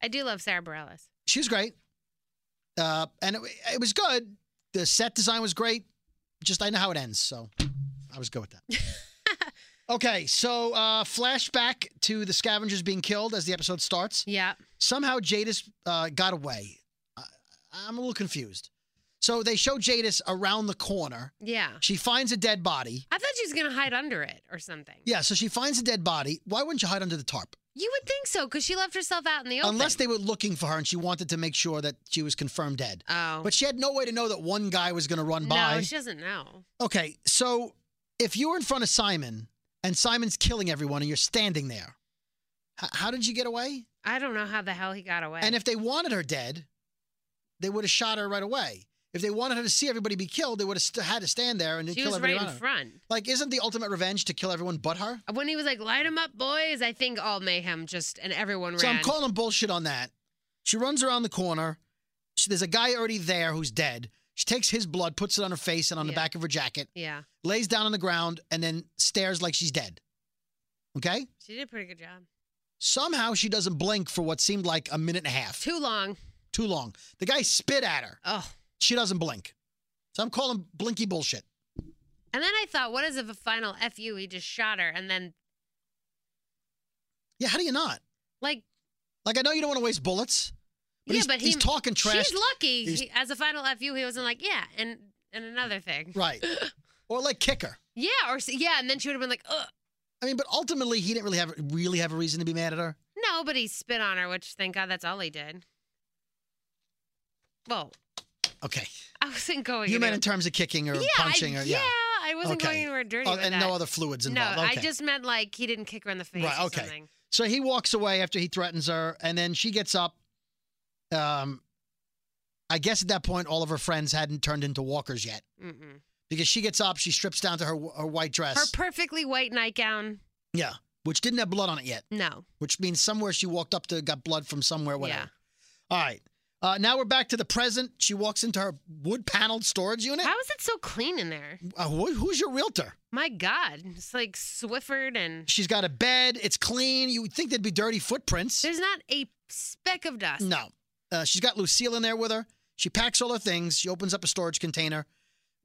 Speaker 3: I do love Sarah Bareilles.
Speaker 2: she was great. Uh, and it, it was good. The set design was great. Just I know how it ends, so I was good with that. okay, so uh, flashback to the scavengers being killed as the episode starts.
Speaker 3: Yeah.
Speaker 2: Somehow Jadis uh, got away. I, I'm a little confused. So they show Jadis around the corner.
Speaker 3: Yeah.
Speaker 2: She finds a dead body.
Speaker 3: I thought she was gonna hide under it or something.
Speaker 2: Yeah, so she finds a dead body. Why wouldn't you hide under the tarp?
Speaker 3: You would think so, because she left herself out in the open.
Speaker 2: Unless they were looking for her and she wanted to make sure that she was confirmed dead.
Speaker 3: Oh.
Speaker 2: But she had no way to know that one guy was going to run by.
Speaker 3: No, she doesn't know.
Speaker 2: okay, so if you were in front of Simon and Simon's killing everyone and you're standing there, h- how did you get away?
Speaker 3: I don't know how the hell he got away.
Speaker 2: And if they wanted her dead, they would have shot her right away. If they wanted her to see everybody be killed, they would have st- had to stand there and
Speaker 3: she
Speaker 2: kill
Speaker 3: was
Speaker 2: everybody.
Speaker 3: right in
Speaker 2: around her.
Speaker 3: front.
Speaker 2: Like, isn't the ultimate revenge to kill everyone but her?
Speaker 3: When he was like, "Light 'em up, boys," I think all mayhem just and everyone
Speaker 2: So
Speaker 3: ran.
Speaker 2: I'm calling bullshit on that. She runs around the corner. She, there's a guy already there who's dead. She takes his blood, puts it on her face and on the
Speaker 3: Yeah.
Speaker 2: back of her jacket.
Speaker 3: yeah,
Speaker 2: lays down on the ground and then stares like she's dead. Okay?
Speaker 3: she did a pretty good job.
Speaker 2: Somehow she doesn't blink for what seemed like a minute and a half.
Speaker 3: Too long.
Speaker 2: Too long. The guy spit at her.
Speaker 3: Oh,
Speaker 2: She doesn't blink. So I'm calling blinky bullshit.
Speaker 3: and then I thought, what is if a final fu? He just shot her, and then
Speaker 2: Yeah, how do you not?
Speaker 3: like,
Speaker 2: Like I know you don't want to waste bullets. But
Speaker 3: yeah,
Speaker 2: he's,
Speaker 3: but he,
Speaker 2: he's talking trash.
Speaker 3: She's lucky.
Speaker 2: He's-
Speaker 3: He, as a final fu, he wasn't like, yeah, and and another thing. <laughs>
Speaker 2: Right. Or like kicker.
Speaker 3: Yeah, or s- yeah, and then she would have been like, ugh.
Speaker 2: I mean, but ultimately he didn't really have really have a reason to be mad at her.
Speaker 3: No, but he spit on her, which thank God that's all he did. Well, <laughs>
Speaker 2: Okay.
Speaker 3: I wasn't going.
Speaker 2: You meant
Speaker 3: anywhere-
Speaker 2: in terms of kicking or punching
Speaker 3: I,
Speaker 2: or yeah.
Speaker 3: I wasn't
Speaker 2: Okay.
Speaker 3: going anywhere dirty
Speaker 2: Oh,
Speaker 3: with
Speaker 2: and
Speaker 3: that.
Speaker 2: no other fluids involved.
Speaker 3: No,
Speaker 2: okay.
Speaker 3: I just meant like he didn't kick her in the face
Speaker 2: Right,
Speaker 3: or
Speaker 2: okay.
Speaker 3: something.
Speaker 2: So he walks away after he threatens her, and then she gets up. Um, I guess at that point, all of her friends hadn't turned into walkers yet
Speaker 3: Mm-mm.
Speaker 2: because she gets up, she strips down to her her white dress,
Speaker 3: Her perfectly white nightgown.
Speaker 2: yeah, which didn't have blood on it yet,
Speaker 3: No.
Speaker 2: which means somewhere she walked up to got blood from somewhere. Whatever.
Speaker 3: Yeah.
Speaker 2: All right. Uh, now we're back to the present. She walks into her wood paneled storage unit.
Speaker 3: How is it so clean in there?
Speaker 2: Uh, who- who's your realtor?
Speaker 3: My God, it's like Swifford and
Speaker 2: She's got a bed. It's clean. You would think there'd be dirty footprints.
Speaker 3: there's not a speck of dust.
Speaker 2: No. Uh, she's got Lucille in there with her. She packs all her things. She opens up a storage container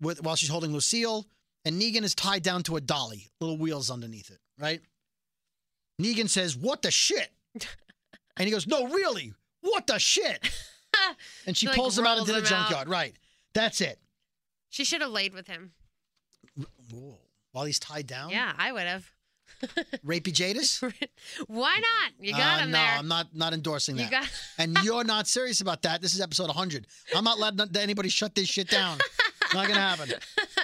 Speaker 2: with while she's holding Lucille, and Negan is tied down to a dolly, little wheels underneath it, right? Negan says, What the
Speaker 3: <laughs>
Speaker 2: shit? and he goes, No, really? What the
Speaker 3: <laughs>
Speaker 2: shit? and she,
Speaker 3: She, like,
Speaker 2: pulls him out
Speaker 3: rolls
Speaker 2: into the
Speaker 3: him out.
Speaker 2: junkyard, right? That's it.
Speaker 3: She should have laid with him.
Speaker 2: Whoa. While he's tied down?
Speaker 3: Yeah, I would have.
Speaker 2: Rapey Jadis?
Speaker 3: <laughs> Why not? You got
Speaker 2: Uh,
Speaker 3: him
Speaker 2: no,
Speaker 3: there.
Speaker 2: I'm not not endorsing that.
Speaker 3: you got <laughs>
Speaker 2: and you're not serious about that. This is episode 100. I'm not letting that- anybody shut this shit down. Not gonna
Speaker 3: <laughs>
Speaker 2: happen.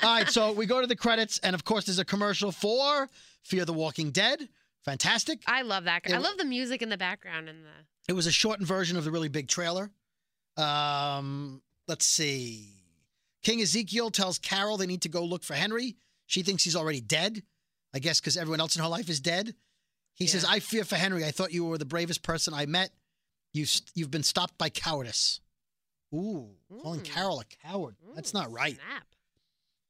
Speaker 2: All right, so we go to the credits, and of course, there's a commercial for Fear the Walking Dead. Fantastic.
Speaker 3: I love that.
Speaker 2: It-
Speaker 3: I love the music in the background and the
Speaker 2: It was a shortened version of the really big trailer. Um, let's see. King Ezekiel tells Carol they need to go look for Henry. She thinks he's already dead, I guess, because everyone else in her life is dead. He says,
Speaker 3: Yeah.
Speaker 2: "I fear for Henry. I thought you were the bravest person I met. You st- you've been stopped by cowardice." Ooh, calling
Speaker 3: Mm.
Speaker 2: Carol a coward. That's
Speaker 3: Ooh,
Speaker 2: not right.
Speaker 3: Snap.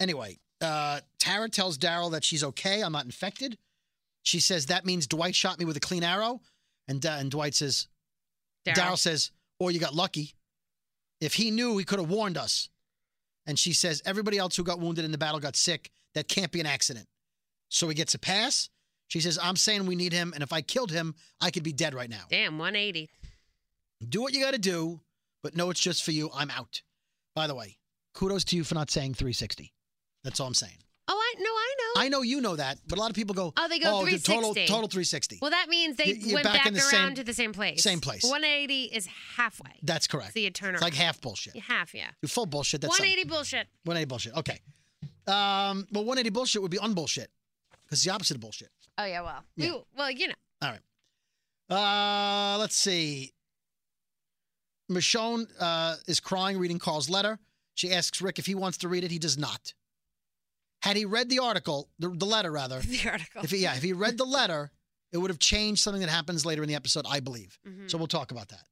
Speaker 2: Anyway, uh, Tara tells Daryl that she's okay. I'm not infected. She says that means Dwight shot me with a clean arrow, and uh, and Dwight says, Daryl says, Or you got lucky. If he knew, he could have warned us. And she says, Everybody else who got wounded in the battle got sick. That can't be an accident. So he gets a pass. She says, I'm saying we need him. And if I killed him, I could be dead right now.
Speaker 3: Damn, 180.
Speaker 2: Do what you got to do, but no, it's just for you. I'm out. By the way, kudos to you for not saying 360. That's all I'm saying.
Speaker 3: Oh, I no, I know.
Speaker 2: I know you know that, but a lot of people go,
Speaker 3: Oh, they go
Speaker 2: the total,
Speaker 3: 360.
Speaker 2: total 360.
Speaker 3: Well, that means they
Speaker 2: You- you're
Speaker 3: went
Speaker 2: back
Speaker 3: back,
Speaker 2: in the
Speaker 3: around
Speaker 2: same-
Speaker 3: to the same place.
Speaker 2: same place.
Speaker 3: 180 is halfway.
Speaker 2: That's correct.
Speaker 3: So you turn
Speaker 2: It's like
Speaker 3: around.
Speaker 2: half bullshit.
Speaker 3: Half, yeah.
Speaker 2: You're full bullshit. That's something.
Speaker 3: 180 bullshit.
Speaker 2: 180 bullshit. Okay. Um, well, 180 bullshit would be unbullshit because it's the opposite of bullshit.
Speaker 3: Oh yeah, well,
Speaker 2: Yeah.
Speaker 3: we- well, you know, <laughs>
Speaker 2: All right. Uh, let's see. Michonne uh, is crying reading Carl's letter. She asks Rick if he wants to read it. He does not. Had he read the article, the, the letter rather,
Speaker 3: the article.
Speaker 2: if he, yeah, if he read the letter, it would have changed something that happens later in the episode, I believe.
Speaker 3: Mhm.
Speaker 2: So we'll talk about that.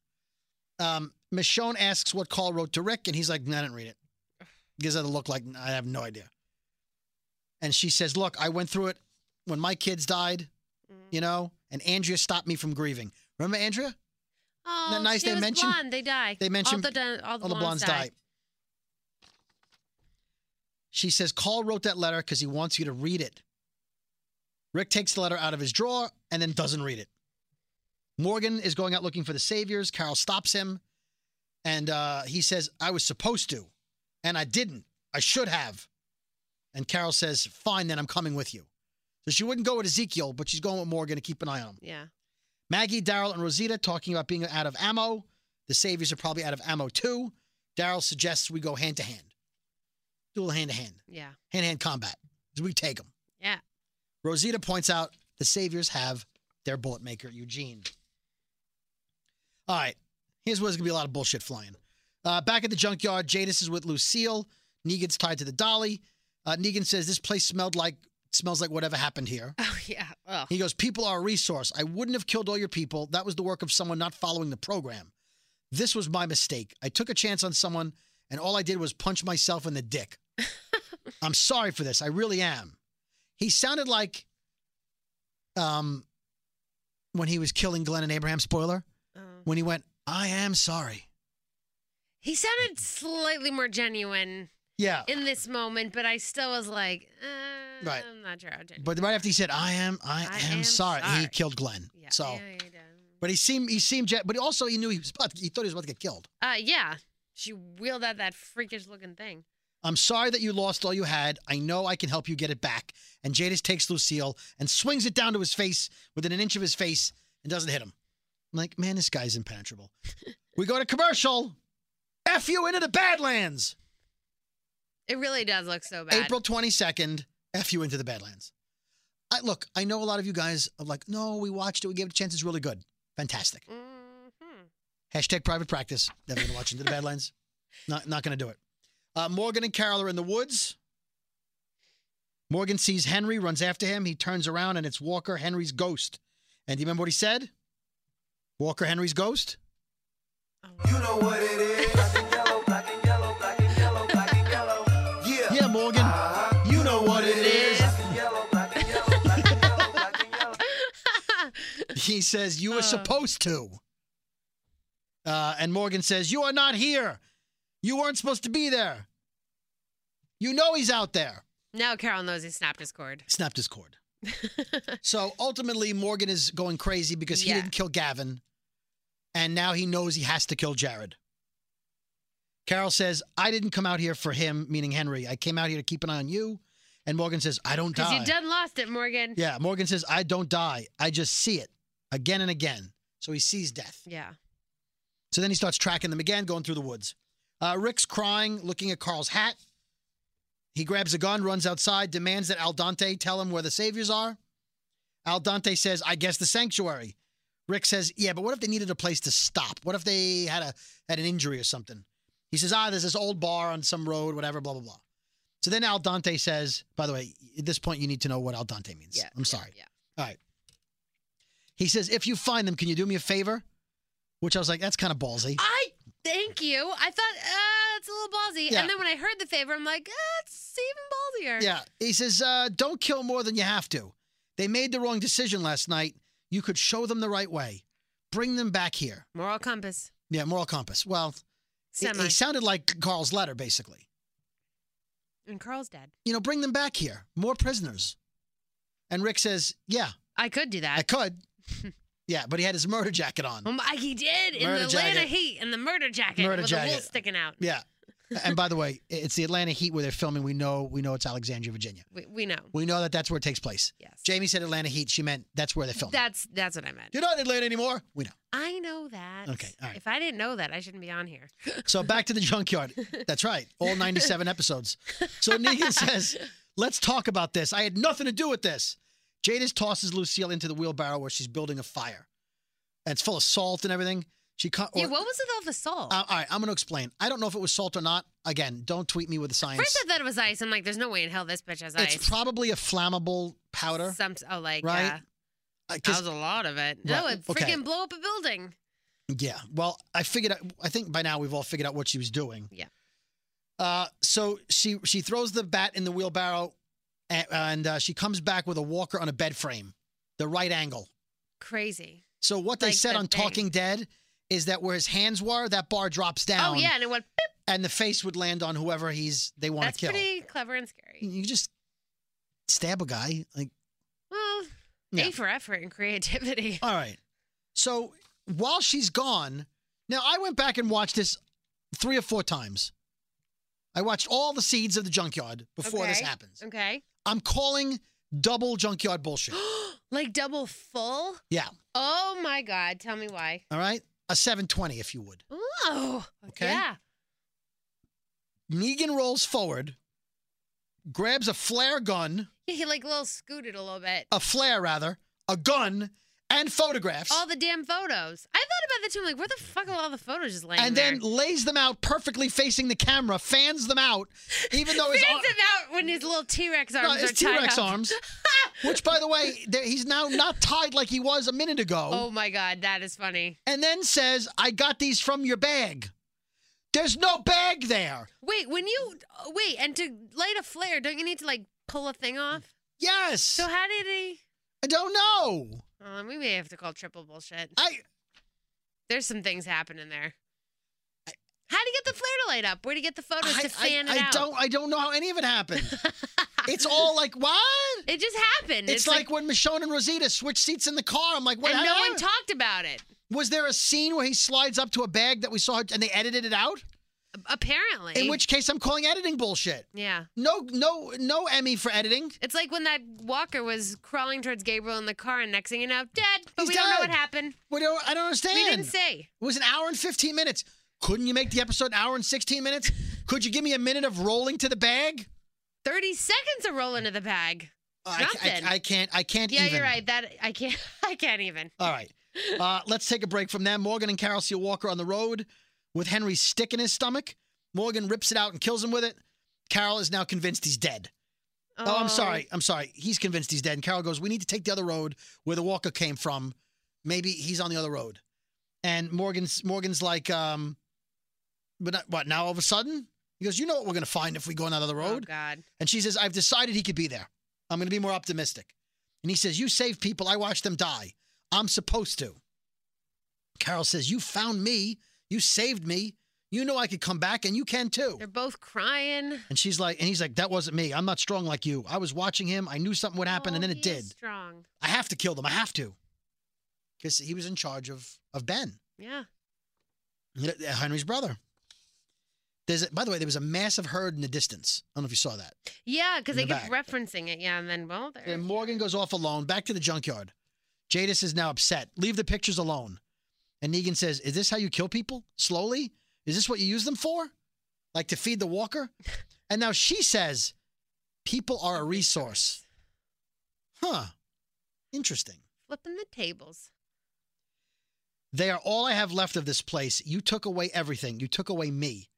Speaker 2: Um, Michonne asks what Carl wrote to Rick, and he's like, "No, I didn't read it. Gives her the look like I have no idea. And she says, Look, I went through it when my kids died, you know, and Andrea stopped me from grieving. Remember Andrea?
Speaker 3: oh,
Speaker 2: that nice
Speaker 3: she
Speaker 2: they
Speaker 3: was
Speaker 2: mentioned-
Speaker 3: blonde, they die.
Speaker 2: they mentioned-
Speaker 3: all the, dun- all the,
Speaker 2: All the blondes
Speaker 3: die.
Speaker 2: died. She says, Carl wrote that letter because he wants you to read it. Rick takes the letter out of his drawer and then doesn't read it. Morgan is going out looking for the saviors. Carol stops him and uh, he says, I was supposed to, and I didn't. I should have. And Carol says, Fine, then I'm coming with you. So she wouldn't go with Ezekiel, but she's going with Morgan to keep an eye on him.
Speaker 3: Yeah.
Speaker 2: Maggie, Daryl, and Rosita talking about being out of ammo. The Saviors are probably out of ammo too. Daryl suggests we go hand to hand, do a little hand to hand,
Speaker 3: Yeah.
Speaker 2: hand to hand combat. We take them.
Speaker 3: Yeah. <laughs>
Speaker 2: Rosita points out the Saviors have their bullet maker, Eugene. All right, here's where there's gonna be a lot of bullshit flying. Uh, back at the junkyard, Jadis is with Lucille. Negan's tied to the dolly. Uh, Negan says this place smelled like smells like whatever happened here.
Speaker 3: Oh yeah. Oh.
Speaker 2: He goes, People are a resource. I wouldn't have killed all your people. That was the work of someone not following the program. This was my mistake. I took a chance on someone, and all I did was punch myself in the
Speaker 3: <laughs>
Speaker 2: dick. I'm sorry for this. I really am. He sounded like um when he was killing Glenn and Abraham, spoiler,
Speaker 3: Oh.
Speaker 2: when he went, I am sorry.
Speaker 3: He sounded slightly more genuine
Speaker 2: Yeah.
Speaker 3: in this moment, but I still was like, uh,
Speaker 2: Right.
Speaker 3: I'm not sure how genuine.
Speaker 2: But right after he said, I am, I,
Speaker 3: I
Speaker 2: am,
Speaker 3: am
Speaker 2: sorry, he
Speaker 3: sorry.
Speaker 2: killed Glenn.
Speaker 3: yeah.
Speaker 2: So
Speaker 3: Yeah, he did.
Speaker 2: but he seemed he seemed jet but also he knew he was about to, he thought he was about to get killed.
Speaker 3: Uh, yeah. She wheeled out that freakish looking thing.
Speaker 2: I'm sorry that you lost all you had. I know I can help you get it back. And Jadis takes Lucille and swings it down to his face within an inch of his face and doesn't hit him. I'm like, man, this guy's impenetrable. we go to commercial. F you into the Badlands.
Speaker 3: It really does look so bad.
Speaker 2: April 22nd, F you into the Badlands. I, look, I know a lot of you guys are like, no, we watched it. We gave it a chance. It's really good. Fantastic.
Speaker 3: Mhm.
Speaker 2: Hashtag private practice. Never going to watch Into the Badlands. Not, not going to do it. Uh, Morgan and Carol are in the woods. Morgan sees Henry, runs after him. He turns around and it's Walker Henry's ghost. And do you remember what he said? Walker Henry's ghost? Yeah, Morgan. You know what it is. He says, You were supposed to. Uh, and Morgan says, You are not here. You weren't supposed to be there. You know he's out there.
Speaker 3: Now Carol knows he snapped his cord.
Speaker 2: Snapped his cord. so ultimately, Morgan is going crazy because he
Speaker 3: Yeah.
Speaker 2: didn't kill Gavin. And now he knows he has to kill Jared. Carol says, I didn't come out here for him, meaning Henry. I came out here to keep an eye on you. And Morgan says, I don't
Speaker 3: Because
Speaker 2: die.
Speaker 3: you done lost it, Morgan.
Speaker 2: Yeah, Morgan says, I don't die. I just see it again and again. So he sees death.
Speaker 3: Yeah.
Speaker 2: So then he starts tracking them again, going through the woods. Uh, Rick's crying, looking at Carl's hat. He grabs a gun, runs outside, demands that Aldante tell him where the saviors are. Aldante says, I guess the sanctuary. Rick says, Yeah, but what if they needed a place to stop? What if they had a had an injury or something? He says, Ah, there's this old bar on some road, whatever, blah, blah, blah. So then Aldante says, by the way, at this point you need to know what Aldante means.
Speaker 3: Yeah.
Speaker 2: I'm sorry.
Speaker 3: Yeah.
Speaker 2: All right. He says, if you find them, can you do me a favor? Which I was like, that's kind of ballsy.
Speaker 3: I thank you. I thought uh, it's a little ballsy,
Speaker 2: Yeah.
Speaker 3: and then when I heard the favor, I'm like, uh, it's even ballsier.
Speaker 2: Yeah. He says, uh, don't kill more than you have to. They made the wrong decision last night. You could show them the right way. Bring them back here.
Speaker 3: Moral compass.
Speaker 2: Yeah, moral compass. Well, he-
Speaker 3: Semi.
Speaker 2: he sounded like Carl's letter, basically.
Speaker 3: and Carl's dead.
Speaker 2: You know, bring them back here. More prisoners. And Rick says, yeah,
Speaker 3: I could do
Speaker 2: I
Speaker 3: that.
Speaker 2: could.
Speaker 3: <laughs>
Speaker 2: yeah, but he had his murder jacket on.
Speaker 3: Oh my, he did in
Speaker 2: Murder
Speaker 3: the Atlanta
Speaker 2: jacket.
Speaker 3: heat in the murder jacket
Speaker 2: Murder
Speaker 3: with the wool
Speaker 2: jacket.
Speaker 3: sticking out.
Speaker 2: Yeah. And by the way, it's the Atlanta heat where they're filming. We know, we know it's Alexandria, Virginia.
Speaker 3: We, we know.
Speaker 2: We know that that's where it takes place.
Speaker 3: Yes.
Speaker 2: Jamie said Atlanta heat. She meant that's where they're filming.
Speaker 3: That's that's what I meant.
Speaker 2: You're not in Atlanta anymore. We know.
Speaker 3: I know that.
Speaker 2: Okay, all right.
Speaker 3: If I didn't know that, I shouldn't be on here.
Speaker 2: So back to the
Speaker 3: <laughs>
Speaker 2: junkyard. That's right. All 97 episodes. So Negan says, let's talk about this. I had nothing to do with this. Jadis tosses Lucille into the wheelbarrow where she's building a fire. And it's full of salt and everything. She can't.
Speaker 3: yeah. What was it all the salt?
Speaker 2: all right, I'm going to explain. I don't know if it was salt or not. Again, don't tweet me with the science.
Speaker 3: First, I thought it was ice. I'm like, there's no way in hell this bitch has ice.
Speaker 2: it's probably a flammable powder.
Speaker 3: Some, oh, like
Speaker 2: right?
Speaker 3: uh,
Speaker 2: Uh, 'cause-
Speaker 3: that was a lot of it. No,
Speaker 2: Right,
Speaker 3: it
Speaker 2: okay.
Speaker 3: freaking blow up a building.
Speaker 2: Yeah. Well, I figured out. I think by now we've all figured out what she was doing.
Speaker 3: Yeah.
Speaker 2: Uh, so she she throws the bat in the wheelbarrow, and, and uh, she comes back with a walker on a bed frame, the right angle.
Speaker 3: Crazy.
Speaker 2: So what they
Speaker 3: Like
Speaker 2: said
Speaker 3: the
Speaker 2: on
Speaker 3: thing.
Speaker 2: Talking Dead is that where his hands were, that bar drops down.
Speaker 3: Oh yeah, and it went. Beep.
Speaker 2: And the face would land on whoever he's they want
Speaker 3: That's
Speaker 2: to kill. Mm.
Speaker 3: pretty clever and scary.
Speaker 2: You just stab a guy. Like,
Speaker 3: Well,
Speaker 2: Yeah. Oh,
Speaker 3: A for effort
Speaker 2: <laughs>
Speaker 3: and creativity.
Speaker 2: all right. So while she's gone, now I went back and watched this three or four times. I watched all the seeds of the junkyard before this
Speaker 3: Okay.
Speaker 2: happens.
Speaker 3: Okay.
Speaker 2: I'm calling double junkyard
Speaker 3: <gasps>
Speaker 2: bullshit.
Speaker 3: like double full.
Speaker 2: yeah.
Speaker 3: Oh my God! Tell me why.
Speaker 2: All right. A 720, if you would.
Speaker 3: Oh.
Speaker 2: Okay.
Speaker 3: Yeah.
Speaker 2: Negan rolls forward, grabs a flare gun,
Speaker 3: Yeah, he like little scooted a little bit.
Speaker 2: a flare rather, a gun, and photographs,
Speaker 3: All the damn photos. I thought about that too. I'm like, where the fuck are all the photos just laying
Speaker 2: and
Speaker 3: there?
Speaker 2: then lays them out perfectly facing the camera, fans them out, even
Speaker 3: <laughs>
Speaker 2: though his,
Speaker 3: fans
Speaker 2: ar-
Speaker 3: him out when his little T Rex arms
Speaker 2: no,
Speaker 3: are
Speaker 2: his
Speaker 3: tied
Speaker 2: T-Rex
Speaker 3: up. <laughs>
Speaker 2: arms. Which, by the way, there, he's now not tied like he was a minute ago.
Speaker 3: Oh my God, that is funny.
Speaker 2: And then says, I got these from your bag. There's no bag there.
Speaker 3: Wait, when you wait and to light a flare, don't you need to like pull a thing off?
Speaker 2: Yes.
Speaker 3: So how did he?
Speaker 2: I don't know.
Speaker 3: Oh, we may have to call triple bullshit.
Speaker 2: I
Speaker 3: There's some things happening there. How do you get the flare to light up? Where do you get the photos
Speaker 2: I,
Speaker 3: to fan
Speaker 2: I,
Speaker 3: it
Speaker 2: I
Speaker 3: out?
Speaker 2: don't I don't know how any of it happened. it's all like what?
Speaker 3: <laughs> It just happened.
Speaker 2: It's, like, when Michonne and Rosita switch seats in the car. I'm like, what?
Speaker 3: and
Speaker 2: how-
Speaker 3: no one talked about it.
Speaker 2: was there a scene where he slides up to a bag that we saw and they edited it out?
Speaker 3: Apparently.
Speaker 2: In which case, I'm calling editing bullshit.
Speaker 3: Yeah.
Speaker 2: No, no, no Emmy for editing.
Speaker 3: It's like when that walker was crawling towards Gabriel in the car, and next thing you know, dead. But
Speaker 2: He's
Speaker 3: we don't know what
Speaker 2: dead.
Speaker 3: happened.
Speaker 2: What do, I don't understand.
Speaker 3: We didn't say.
Speaker 2: It was an hour and 15 minutes. Couldn't you make the episode an hour and 16 minutes? Could you give me a minute of rolling to the bag?
Speaker 3: 30 seconds of roll into the bag.
Speaker 2: Uh, I- I,
Speaker 3: Nothing.
Speaker 2: I can't. I can't.
Speaker 3: Yeah,
Speaker 2: even.
Speaker 3: you're right. That I can't. <laughs> I can't even.
Speaker 2: <laughs> All right. Uh, let's take a break from that. Morgan and Carol see a walker on the road with Henry's stick in his stomach. Morgan rips it out and kills him with it. Carol is now convinced he's dead. Oh, I'm sorry. I'm sorry. He's convinced he's dead. And Carol goes, We need to take the other road where the walker came from. Maybe he's on the other road. And Morgan's Morgan's like, um, but not- what now all of a sudden? He goes, You know what we're gonna find if we go on that other
Speaker 3: Oh
Speaker 2: road?
Speaker 3: God.
Speaker 2: And she says, I've decided he could be there. I'm going to be more optimistic. And he says, You save people. I watch them die. I'm supposed to. Carol says, You found me. You saved me. You know I could come back, and you can too.
Speaker 3: They're both crying.
Speaker 2: And she's like, and he's like, that wasn't me. I'm not strong like you. I was watching him. I knew something would happen, and
Speaker 3: Oh,
Speaker 2: then
Speaker 3: he
Speaker 2: it
Speaker 3: is
Speaker 2: did.
Speaker 3: Strong.
Speaker 2: I have to kill them. I have to. Because he was in charge of of Ben.
Speaker 3: Yeah.
Speaker 2: Yeah, yeah, Henry's brother. There's a, by the way, there was a massive herd in the distance. I don't know if you saw that.
Speaker 3: Yeah, because they
Speaker 2: In the
Speaker 3: kept referencing it. Yeah, and then well, there.
Speaker 2: And Morgan goes off alone, back to the junkyard. Jadis is now upset. Leave the pictures alone. And Negan says, Is this how you kill people? Slowly? Is this what you use them for? Like to feed the walker? And now she says, People are a resource. Huh. Interesting.
Speaker 3: flipping the tables.
Speaker 2: They are all I have left of this place. You took away everything. You took away me.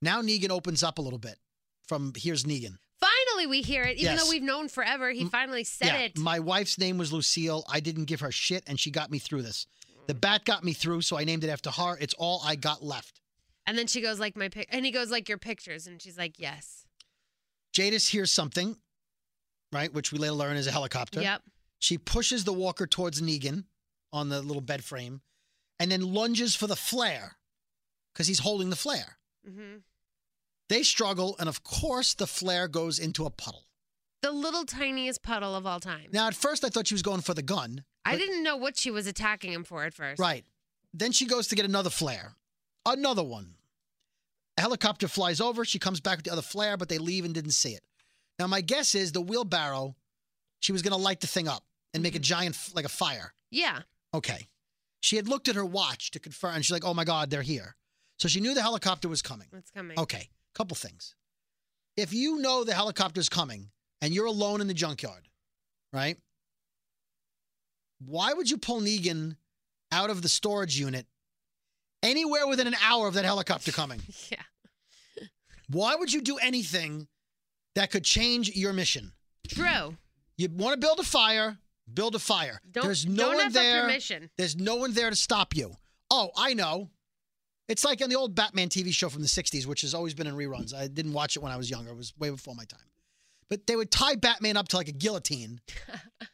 Speaker 2: Now Negan opens up a little bit from here's Negan.
Speaker 3: Finally, we hear it. Even
Speaker 2: Yes.
Speaker 3: though we've known forever, he finally said it.
Speaker 2: My wife's name was Lucille. I didn't give her shit, and she got me through this. The
Speaker 3: Mm.
Speaker 2: bat got me through, so I named it after her. It's all I got left.
Speaker 3: and then she goes like my pic, and he goes like your pictures, and she's like yes.
Speaker 2: Jadis hears something, right, which we later learn is a helicopter.
Speaker 3: Yep.
Speaker 2: She pushes the walker towards Negan on the little bed frame and then lunges for the flare because he's holding the flare.
Speaker 3: hmm
Speaker 2: They struggle, and of course, the flare goes into a puddle.
Speaker 3: The little tiniest puddle of all time.
Speaker 2: Now, at first, I thought she was going for the gun.
Speaker 3: I
Speaker 2: but-
Speaker 3: didn't know what she was attacking him for at first.
Speaker 2: Right. Then she goes to get another flare. Another one. A helicopter flies over. She comes back with the other flare, but they leave and didn't see it. Now, my guess is the wheelbarrow, she was going to light the thing up and make a giant, f- like a fire.
Speaker 3: Yeah.
Speaker 2: Okay. She had looked at her watch to confirm, and she's like, oh my God, they're here. So she knew the helicopter was coming.
Speaker 3: That's coming.
Speaker 2: Okay. Couple things. If you know the helicopter's coming and you're alone in the junkyard, right? Why would you pull Negan out of the storage unit anywhere within an hour of that helicopter
Speaker 3: <laughs>
Speaker 2: coming?
Speaker 3: Yeah.
Speaker 2: Why would you do anything that could change your mission?
Speaker 3: True.
Speaker 2: You want to build a fire, build a fire.
Speaker 3: Don't
Speaker 2: There's no
Speaker 3: don't
Speaker 2: one
Speaker 3: have
Speaker 2: there.
Speaker 3: her permission.
Speaker 2: There's no one there to stop you. Oh, I know. It's like in the old Batman TV show from the 60s, which has always been in reruns. I didn't watch it when I was younger, it was way before my time. But they would tie Batman up to like a
Speaker 3: <laughs>
Speaker 2: guillotine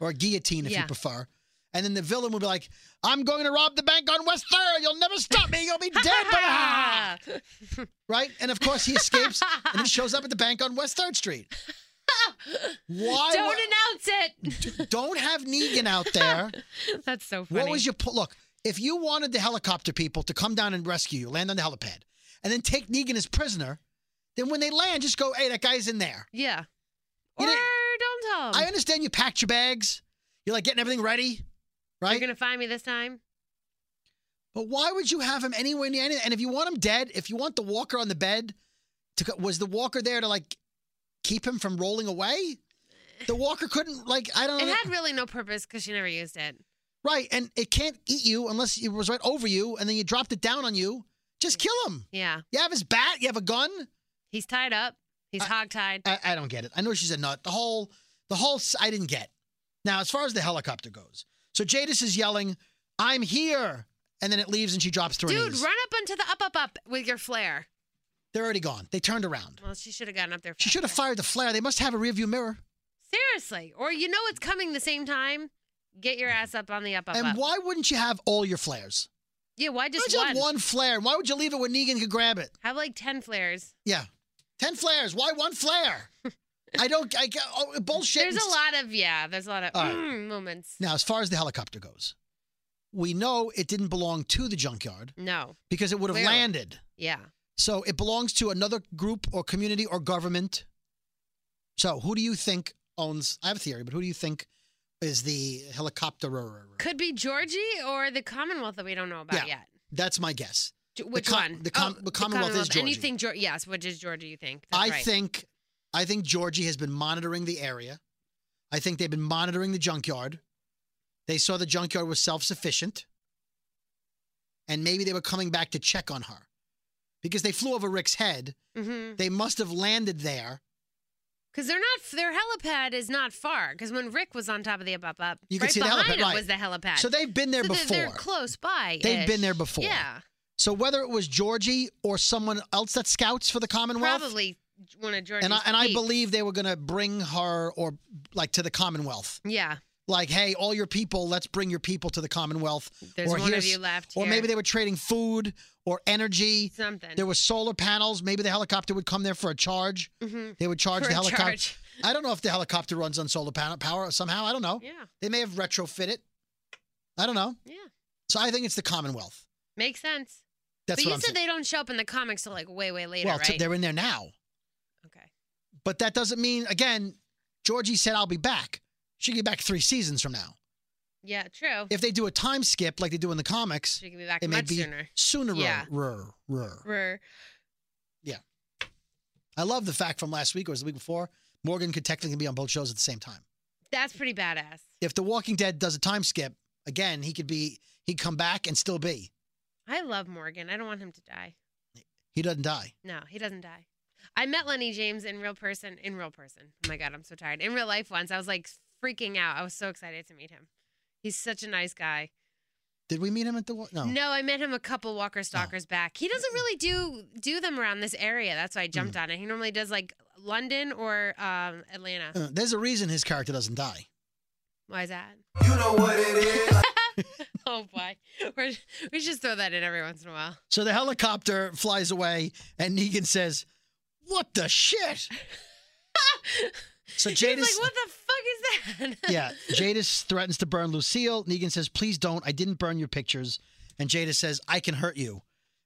Speaker 2: or a guillotine if you
Speaker 3: Yeah.
Speaker 2: prefer. And then the villain would be like, I'm going to rob the bank on West 3rd. You'll never stop me.
Speaker 3: <laughs>
Speaker 2: You'll be dead. by now." right? And of course, he escapes and he shows up at the bank on West 3rd
Speaker 3: <laughs>
Speaker 2: Street. Why?
Speaker 3: don't
Speaker 2: wa-
Speaker 3: announce
Speaker 2: <laughs> don't have Negan out
Speaker 3: <laughs>
Speaker 2: there.
Speaker 3: it. <laughs> That's so funny.
Speaker 2: What was your po- look? If you wanted the helicopter people to come down and rescue you, land on the helipad, and then take Negan as prisoner, then when they land, just go, "Hey, that guy's in there."
Speaker 3: Yeah.
Speaker 2: You
Speaker 3: Or
Speaker 2: didn't-
Speaker 3: don't tell
Speaker 2: I
Speaker 3: them.
Speaker 2: understand you packed your bags, you're like getting everything ready, right?
Speaker 3: Oh. You're gonna find me this time.
Speaker 2: But why would you have him anywhere near? Any- and if you want him dead, if you want the walker on the bed, to co- was the walker there to like keep him from rolling away? The walker couldn't like I don't
Speaker 3: It
Speaker 2: know.
Speaker 3: had really no purpose because she never used it.
Speaker 2: right, and it can't eat you unless it was right over you, and then you dropped it down on you. Just kill him.
Speaker 3: Yeah.
Speaker 2: You have his bat. You have a gun.
Speaker 3: He's tied up. He's hog tied.
Speaker 2: I, I don't get it. I know she's a nut. The whole, the whole. s- I didn't get. Now, as far as the helicopter goes, so Jadis is yelling, "I'm here," and then it leaves and she drops to her
Speaker 3: Dude,
Speaker 2: knees.
Speaker 3: run up onto the up, up, up with your flare.
Speaker 2: They're already gone. They turned around.
Speaker 3: Well, she should have gotten up there.
Speaker 2: She should have
Speaker 3: faster.
Speaker 2: fired the flare. They must have a rearview mirror.
Speaker 3: Seriously. Or you know it's coming the same time. Get your ass up on the up, up,
Speaker 2: and
Speaker 3: up.
Speaker 2: why wouldn't you have all your flares?
Speaker 3: yeah, why
Speaker 2: Why
Speaker 3: just
Speaker 2: would you
Speaker 3: one?
Speaker 2: have one flare? Why would you leave it when Negan could grab it?
Speaker 3: Have like 10 flares.
Speaker 2: Yeah, ten flares. Why one
Speaker 3: <laughs>
Speaker 2: flare? I don't. I get- oh, bullshit.
Speaker 3: There's
Speaker 2: and
Speaker 3: a lot of, yeah, there's a lot of
Speaker 2: All right.
Speaker 3: mm, moments.
Speaker 2: Now, as far as the helicopter goes, we know it didn't belong to the junkyard
Speaker 3: No.
Speaker 2: because it would have
Speaker 3: Clearly.
Speaker 2: landed.
Speaker 3: Yeah.
Speaker 2: So it belongs to another group or community or government. So who do you think owns? I have a theory, but who do you think is the helicopterer?
Speaker 3: Could be Georgie or the Commonwealth that we don't know about
Speaker 2: Yeah.
Speaker 3: yet.
Speaker 2: That's my guess.
Speaker 3: J- Which
Speaker 2: com-
Speaker 3: one? Oh,
Speaker 2: the com- the Commonwealth is
Speaker 3: And you
Speaker 2: Georgie.
Speaker 3: think Geor- yes, which is Georgia? You think? That's
Speaker 2: I
Speaker 3: right.
Speaker 2: think, I think Georgie has been monitoring the area. I think they've been monitoring the junkyard. They saw the junkyard was self-sufficient, and maybe they were coming back to check on her, because they flew over Rick's head.
Speaker 3: Mhm.
Speaker 2: They must have landed there.
Speaker 3: Because they're not their helipad is not far. Because when Rick was on top of the up up up,
Speaker 2: You could
Speaker 3: right
Speaker 2: see the
Speaker 3: behind
Speaker 2: helipad,
Speaker 3: him
Speaker 2: right.
Speaker 3: was the helipad.
Speaker 2: So they've been there
Speaker 3: So
Speaker 2: before.
Speaker 3: they're- They're close by.
Speaker 2: They've been there before.
Speaker 3: Yeah,
Speaker 2: So whether it was Georgie or someone else that scouts for the Commonwealth,
Speaker 3: probably one of George's.
Speaker 2: and I, and I
Speaker 3: peeps.
Speaker 2: believe they were going to bring her or like to the Commonwealth.
Speaker 3: Yeah,
Speaker 2: Like, hey, all your people, let's bring your people to the Commonwealth.
Speaker 3: There's one of
Speaker 2: here's-
Speaker 3: you left
Speaker 2: Or
Speaker 3: here.
Speaker 2: maybe they were trading food or energy.
Speaker 3: something.
Speaker 2: There were solar panels. Maybe the helicopter would come there for a charge. They would charge
Speaker 3: Mm-hmm. For
Speaker 2: the
Speaker 3: a
Speaker 2: helicopter.
Speaker 3: charge.
Speaker 2: I don't know if the helicopter runs on solar panel power somehow. I don't know.
Speaker 3: Yeah.
Speaker 2: They may have retrofit it. I don't know.
Speaker 3: yeah,
Speaker 2: So I think it's the Commonwealth.
Speaker 3: makes sense.
Speaker 2: That's
Speaker 3: but
Speaker 2: what
Speaker 3: you
Speaker 2: I'm saying.
Speaker 3: said they don't show up in the comics till like way way later,
Speaker 2: well,
Speaker 3: right?
Speaker 2: t- they're in there now.
Speaker 3: okay.
Speaker 2: But that doesn't mean, again, Georgie said, I'll be back. She'll be back three seasons from now.
Speaker 3: Yeah, true.
Speaker 2: If they do a time skip like they do in the comics,
Speaker 3: she could be back
Speaker 2: it may
Speaker 3: much
Speaker 2: be
Speaker 3: sooner.
Speaker 2: sooner.
Speaker 3: Yeah.
Speaker 2: rur, rur.
Speaker 3: We're-
Speaker 2: I love the fact from last week or was it the week before, Morgan could technically be on both shows at the same time.
Speaker 3: That's pretty badass.
Speaker 2: If The Walking Dead does a time skip, again, he could be, he'd come back and still be.
Speaker 3: I love Morgan. I don't want him to die.
Speaker 2: He doesn't die.
Speaker 3: No, he doesn't die. I met Lenny James in real person. In real person. Oh my God, I'm so tired. In real life once. I was like freaking out. I was so excited to meet him. He's such a nice guy.
Speaker 2: Did we meet him at the, wa- no.
Speaker 3: No, I met him a couple
Speaker 2: Oh.
Speaker 3: Walker Stalkers back. He doesn't really do do them around this area. That's why I jumped
Speaker 2: Mm.
Speaker 3: on it. He normally does like London or um, Atlanta.
Speaker 2: Uh, there's a reason his character doesn't die.
Speaker 3: Why is that? <laughs> You know what it is. <laughs> oh boy, We're, we should throw that in every once in a while.
Speaker 2: So the helicopter flies away, and Negan says, "What the shit?" so
Speaker 3: <laughs> He's
Speaker 2: Jadis,
Speaker 3: like, what the fuck is that? <laughs> Oh,
Speaker 2: yeah, Jadis threatens to burn Lucille. Negan says, "Please don't. I didn't burn your pictures." And Jadis says, "I can hurt you,"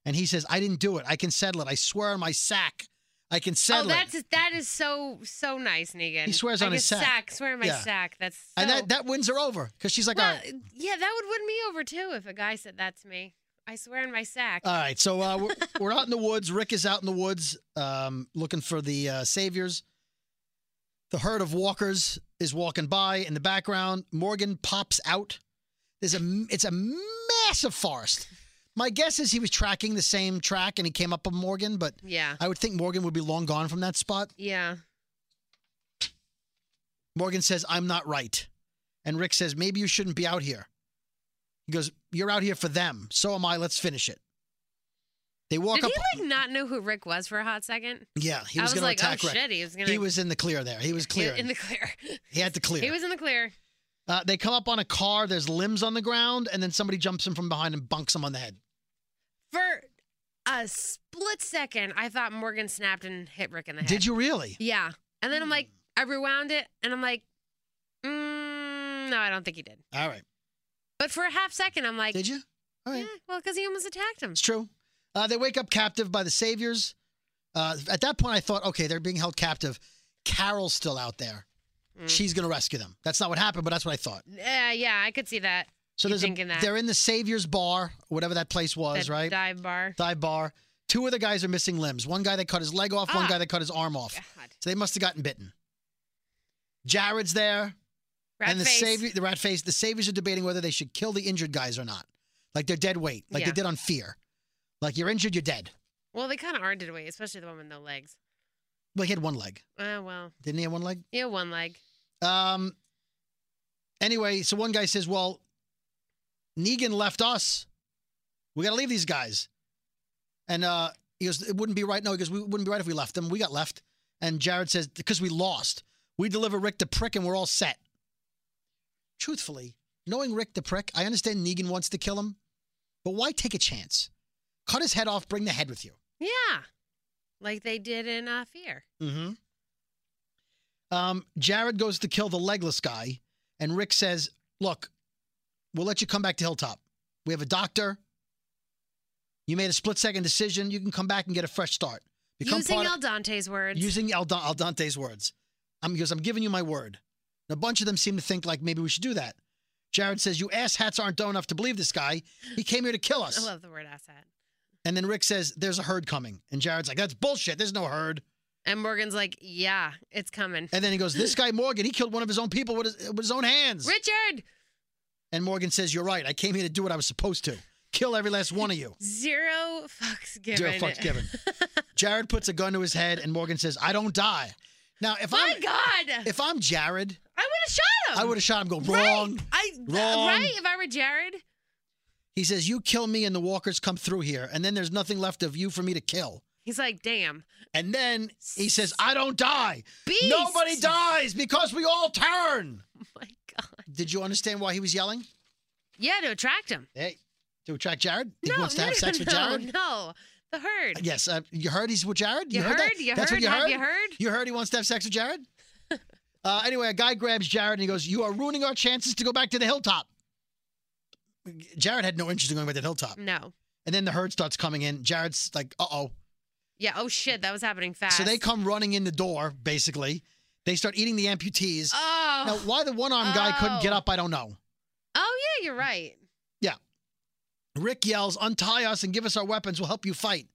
Speaker 2: and he says, "I didn't do it. I can settle it. I swear on my sack, I can settle
Speaker 3: Oh, that's
Speaker 2: it."
Speaker 3: that is so so nice, Negan.
Speaker 2: He swears
Speaker 3: I
Speaker 2: on his
Speaker 3: guess
Speaker 2: sack.
Speaker 3: Swear on my
Speaker 2: Yeah.
Speaker 3: sack. That's so,
Speaker 2: And that that wins her over because she's like,
Speaker 3: well,
Speaker 2: "All right."
Speaker 3: yeah, that would win me over too if a guy said that to me. I swear on my sack.
Speaker 2: All right, so uh, we're, we're out in the woods. Rick is out in the woods um, looking for the uh, saviors. The herd of walkers is walking by in the background. Morgan pops out. There's a m- it's a massive forest. My guess is he was tracking the same track and he came up on Morgan, but
Speaker 3: yeah,
Speaker 2: I would think Morgan would be long gone from that spot.
Speaker 3: yeah.
Speaker 2: Morgan says, "I'm not right," and Rick says, "Maybe you shouldn't be out here." He goes, "You're out here for them. So am I. Let's finish it." They walk
Speaker 3: Did
Speaker 2: up.
Speaker 3: he like not know who Rick was for a hot second?
Speaker 2: Yeah, he
Speaker 3: I
Speaker 2: was,
Speaker 3: was
Speaker 2: going
Speaker 3: like,
Speaker 2: to attack
Speaker 3: oh
Speaker 2: Rick.
Speaker 3: shit, he was gonna.
Speaker 2: He was in the clear there.
Speaker 3: <laughs>
Speaker 2: He was clear.
Speaker 3: in the clear.
Speaker 2: he had to clear.
Speaker 3: He was in the clear.
Speaker 2: uh, they come up on a car. There's limbs on the ground, and then somebody jumps him from behind and bunks him on the head.
Speaker 3: For a split second, I thought Morgan snapped and hit Rick in the head.
Speaker 2: Did you really?
Speaker 3: Yeah. And then I'm
Speaker 2: Hmm.
Speaker 3: like, I rewound it, and I'm like, mm, no, I don't think he did.
Speaker 2: All right.
Speaker 3: But for a half second, I'm like,
Speaker 2: Did you? All right.
Speaker 3: Yeah, well, because he almost attacked him.
Speaker 2: It's true. Uh, they wake up captive by the saviors. Uh, at that point, I thought, okay, they're being held captive. Carol's still out there.
Speaker 3: Mm.
Speaker 2: She's going to rescue them. That's not what happened, but that's what I thought.
Speaker 3: Yeah, yeah, I could see that.
Speaker 2: So
Speaker 3: You
Speaker 2: there's a,
Speaker 3: thinking that.
Speaker 2: they're in the saviors bar, whatever that place was,
Speaker 3: that
Speaker 2: right?
Speaker 3: Dive bar.
Speaker 2: Dive bar. Two of the guys are missing limbs. One guy that cut his leg off. One
Speaker 3: Ah.
Speaker 2: guy that cut his arm off.
Speaker 3: God.
Speaker 2: So they must have gotten bitten. Jared's there,
Speaker 3: Rat
Speaker 2: and the
Speaker 3: face.
Speaker 2: savior, the rat face. The saviors are debating whether they should kill the injured guys or not, like they're dead weight, like they
Speaker 3: Yeah.
Speaker 2: did on Fear. Like you're injured, you're dead.
Speaker 3: Well, they kind of are dead weight, especially the one with no legs.
Speaker 2: Well, he had one leg,
Speaker 3: Oh well,
Speaker 2: didn't he? Have one leg.
Speaker 3: yeah, one leg.
Speaker 2: Um. Anyway, so one guy says, "Well, Negan left us. We got to leave these guys." And uh, he goes, "It wouldn't be right." No, he goes, "We wouldn't be right if we left them. We got left." And Jared says, "Because we lost. We deliver Rick the prick, and we're all set." Truthfully, knowing Rick the prick, I understand Negan wants to kill him, but why take a chance? Cut his head off. Bring the head with you.
Speaker 3: Yeah, like they did in uh, Fear.
Speaker 2: Mm-hmm. Um, Jared goes to kill the legless guy, and Rick says, "Look, we'll let you come back to Hilltop. We have a doctor. You made a split second decision. You can come back and get a fresh start.
Speaker 3: Using
Speaker 2: part
Speaker 3: El Dante's words.
Speaker 2: using El, Al Dante's words. I'm because I'm giving you my word. And a bunch of them seem to think like maybe we should do that. Jared says, "You ass hats aren't dumb enough to believe this guy. He came here to kill
Speaker 3: I
Speaker 2: us."
Speaker 3: love the word asset.
Speaker 2: And then Rick says, "There's a herd coming." And Jared's like, "That's bullshit. There's no herd."
Speaker 3: And Morgan's like, yeah, it's coming.
Speaker 2: And then he goes, "This guy Morgan, he killed one of his own people with his, with his own hands."
Speaker 3: Richard,
Speaker 2: And Morgan says, "You're right. I came here to do what I was supposed to. Kill every last one of
Speaker 3: <laughs>
Speaker 2: you."
Speaker 3: zero fucks given.
Speaker 2: Zero fucks
Speaker 3: <laughs>
Speaker 2: given. Jared puts a gun to his head, and Morgan says, "I don't die." Now, if
Speaker 3: My
Speaker 2: I'm
Speaker 3: God,
Speaker 2: if I'm Jared,
Speaker 3: I would have shot him.
Speaker 2: I would have shot him. Go
Speaker 3: Right.
Speaker 2: wrong.
Speaker 3: I
Speaker 2: Wrong.
Speaker 3: right if I were Jared.
Speaker 2: He says, "You kill me, and the walkers come through here, and then there's nothing left of you for me to kill."
Speaker 3: He's like, damn,
Speaker 2: And then he says, "I don't die.
Speaker 3: beast.
Speaker 2: Nobody dies because we all turn."
Speaker 3: My God.
Speaker 2: Did you understand why he was yelling?
Speaker 3: Yeah, to attract him.
Speaker 2: Hey, to attract Jared? He
Speaker 3: no,
Speaker 2: wants to
Speaker 3: no,
Speaker 2: have
Speaker 3: no,
Speaker 2: sex with
Speaker 3: no,
Speaker 2: Jared.
Speaker 3: No, the herd.
Speaker 2: Yes, uh, you heard he's with Jared. You,
Speaker 3: You
Speaker 2: heard, that?
Speaker 3: heard? You
Speaker 2: That's
Speaker 3: heard?
Speaker 2: what you
Speaker 3: Have
Speaker 2: heard.
Speaker 3: you heard?
Speaker 2: You heard he wants to have sex with
Speaker 3: <laughs>
Speaker 2: Jared. uh, anyway, a guy grabs Jared and he goes, "You are ruining our chances to go back to the hilltop." Jared had no interest in going back to the hilltop.
Speaker 3: No.
Speaker 2: And then the herd starts coming in. Jared's like, "Uh oh."
Speaker 3: Yeah. Oh shit, that was happening fast.
Speaker 2: So they come running in the door, basically. They start eating the amputees.
Speaker 3: Oh.
Speaker 2: Now, why the one armed guy couldn't get
Speaker 3: Oh.
Speaker 2: up, I don't know.
Speaker 3: Oh yeah, you're right.
Speaker 2: Rick yells, untie us and give us our weapons. We'll help you fight.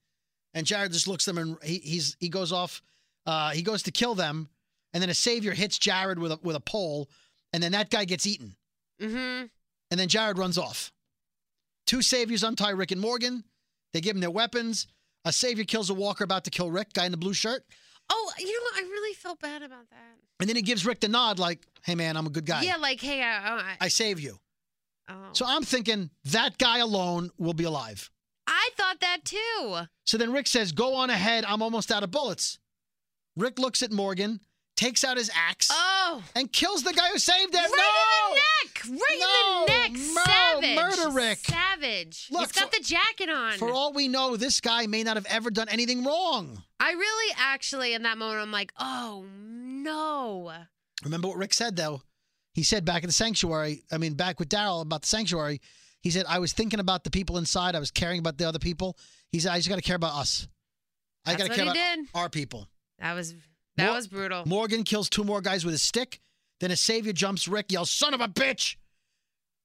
Speaker 2: And Jared just looks at them and he, he's, he goes off. Uh, he goes to kill them. And then a savior hits Jared with a, with a pole. And then that guy gets eaten.
Speaker 3: Mm-hmm.
Speaker 2: And then Jared runs off. Two saviors untie Rick and Morgan. They give them their weapons. A savior kills a walker about to kill Rick, guy in the blue shirt.
Speaker 3: Oh, you know what? I really felt bad about that.
Speaker 2: And then he gives Rick the nod, like, hey, man, I'm a good guy.
Speaker 3: Yeah, like hey, I, I,
Speaker 2: I save you.
Speaker 3: oh.
Speaker 2: So I'm thinking that guy alone will be alive.
Speaker 3: I thought that too.
Speaker 2: So then Rick says, Go on ahead. I'm almost out of bullets. Rick looks at Morgan, takes out his axe,
Speaker 3: Oh.
Speaker 2: and kills the guy who saved him.
Speaker 3: Right
Speaker 2: no!
Speaker 3: in the neck! Right
Speaker 2: No!
Speaker 3: in the neck!
Speaker 2: No!
Speaker 3: Savage!
Speaker 2: Murder, Rick!
Speaker 3: Savage!
Speaker 2: Look,
Speaker 3: He's got
Speaker 2: for-
Speaker 3: the jacket on.
Speaker 2: For all we know, this guy may not have ever done anything wrong.
Speaker 3: I really actually, in that moment, I'm like, oh no.
Speaker 2: Remember what Rick said, though? He said back at the sanctuary, I mean, back with Daryl about the sanctuary, he said, I was thinking about the people inside. I was caring about the other people. He said, I just got to care about us. I
Speaker 3: That's
Speaker 2: got to
Speaker 3: what
Speaker 2: care
Speaker 3: he
Speaker 2: about
Speaker 3: did.
Speaker 2: our people.
Speaker 3: That was that
Speaker 2: Mor-
Speaker 3: was brutal.
Speaker 2: Morgan kills two more guys with his stick. Then a savior jumps Rick, yells, Son of a bitch!